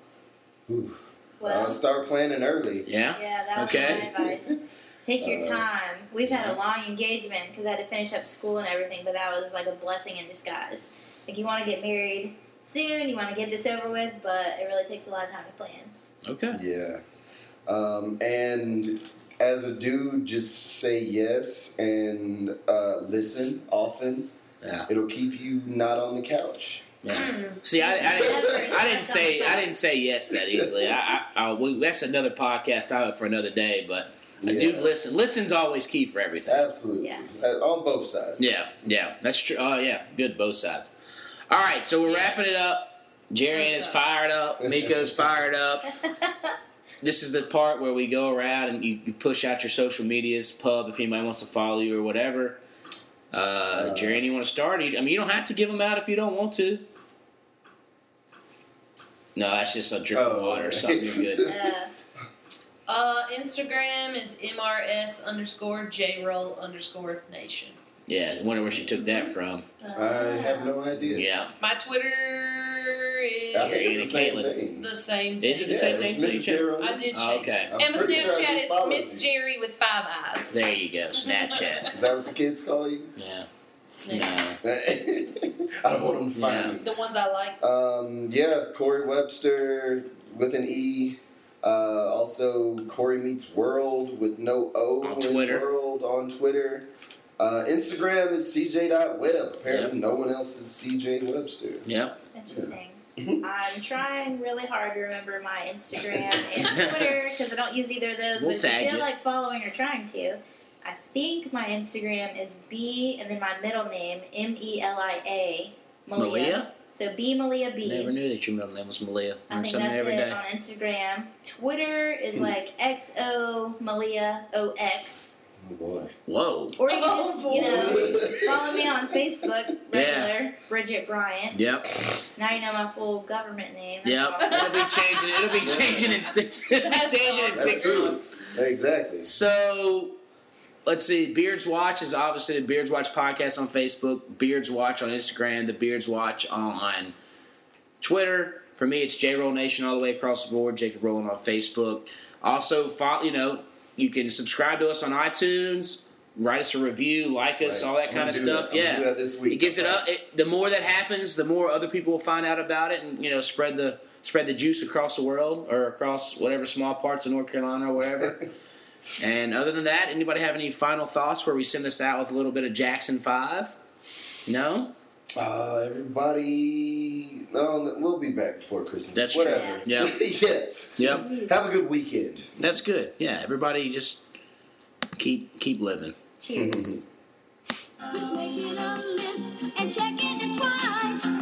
Ooh.
Well,
Uh, start planning early.
Yeah.
yeah, that was
okay.
my advice. Take your
Uh,
time. We've had a long engagement because I had to finish up school and everything, but that was like a blessing in disguise. Like you want to get married soon, you want to get this over with, but it really takes a lot of time to plan.
Okay.
Yeah. Um, and as a dude, just say yes and uh, listen often.
Yeah.
It'll keep you not on the couch.
See, I, I, didn't, I didn't
That's
say I
something.
didn't say yes that easily. I, I, I we, that's another podcast out for another day. But I do
Yeah.
listen. Listen's always key for everything.
Absolutely.
Yeah.
Uh, on both sides.
Yeah, yeah, that's true. Oh, yeah, good both sides. All right, so we're
Yeah.
wrapping it up. Jerry
Both
is
sides.
fired up. Miko's fired up. This is the part where we go around and you, you push out your social medias, pub, if anybody wants to follow you or whatever. Uh, Jerry, you want to start? You- I mean, you don't have to give them out if you don't want to. No, that's just a drip of
Oh,
water or
okay.
something. You're good.
Uh,
Uh, Instagram is mrs underscore jroll underscore nation.
Yeah, I wonder where she took that from.
I have no idea.
Yeah.
My Twitter is
I think it's the same
Caitlin.
thing.
the same thing.
Is it the same
Yeah,
thing,
it's
so
Mrs.
you check-
Gerald.
I did change.
Oh, okay.
I'm
And my
pretty sure I
Snapchat
just
is
followed
Miss
you.
Jerry with five eyes.
There you go. Snapchat.
Is that what the kids call you?
Yeah.
Maybe.
No.
I don't want them to find
Yeah.
me.
The ones I like.
Um, yeah, Corey Webster with an E. Uh, also, Corey Meets World with no O
On
in
Twitter.
World on Twitter. Uh, Instagram is cj.web. Apparently, no one else is CJ Webster.
Yep.
Interesting.
Mhm.
I'm trying really hard to remember my Instagram and Twitter because I don't use either of those.
We'll
but if you
tag
feel
it.
like following or trying to, I think my Instagram is B and then my middle name M E L I A Malia.
Malia?
So B Malia B.
Never knew that your middle name was Malia.
I
Learn
think
something
that's
every
it
day.
on Instagram. Twitter is like X O Malia O X.
Oh boy.
Whoa.
Or you can
Oh,
just, you know, follow me on Facebook,
Yeah.
regular Bridget Bryant.
Yep.
Now you know my full government name. that's
Yep.
all.
it'll be changing. It'll be changing in six. It'll be
That's
changing in
awesome.
six
That's true.
months.
Exactly.
So. Let's see. Beards Watch is obviously the Beards Watch podcast on Facebook, Beards Watch on Instagram, the Beards Watch on Twitter. For me, it's J Roll Nation all the way across the board. Jacob Rowland on Facebook. Also, follow, you know, you can subscribe to us on iTunes, write us a review, like us,
Right.
all that kind
I'm gonna
of
do
stuff.
that. I'm
yeah,
gonna do that this week.
It gets it up. It, the more that happens, the more other people will find out about it, and you know, spread the spread the juice across the world or across whatever small parts of North Carolina or wherever. and other than that, anybody have any final thoughts where we send us out with a little bit of Jackson Five? No,
Uh, everybody. No, we'll be back before Christmas.
That's true.
Whatever.
Yeah.
yeah.
Yep.
Have a good weekend.
that's good. Yeah, everybody just keep keep living.
Cheers.
Making a list and checking it twice. oh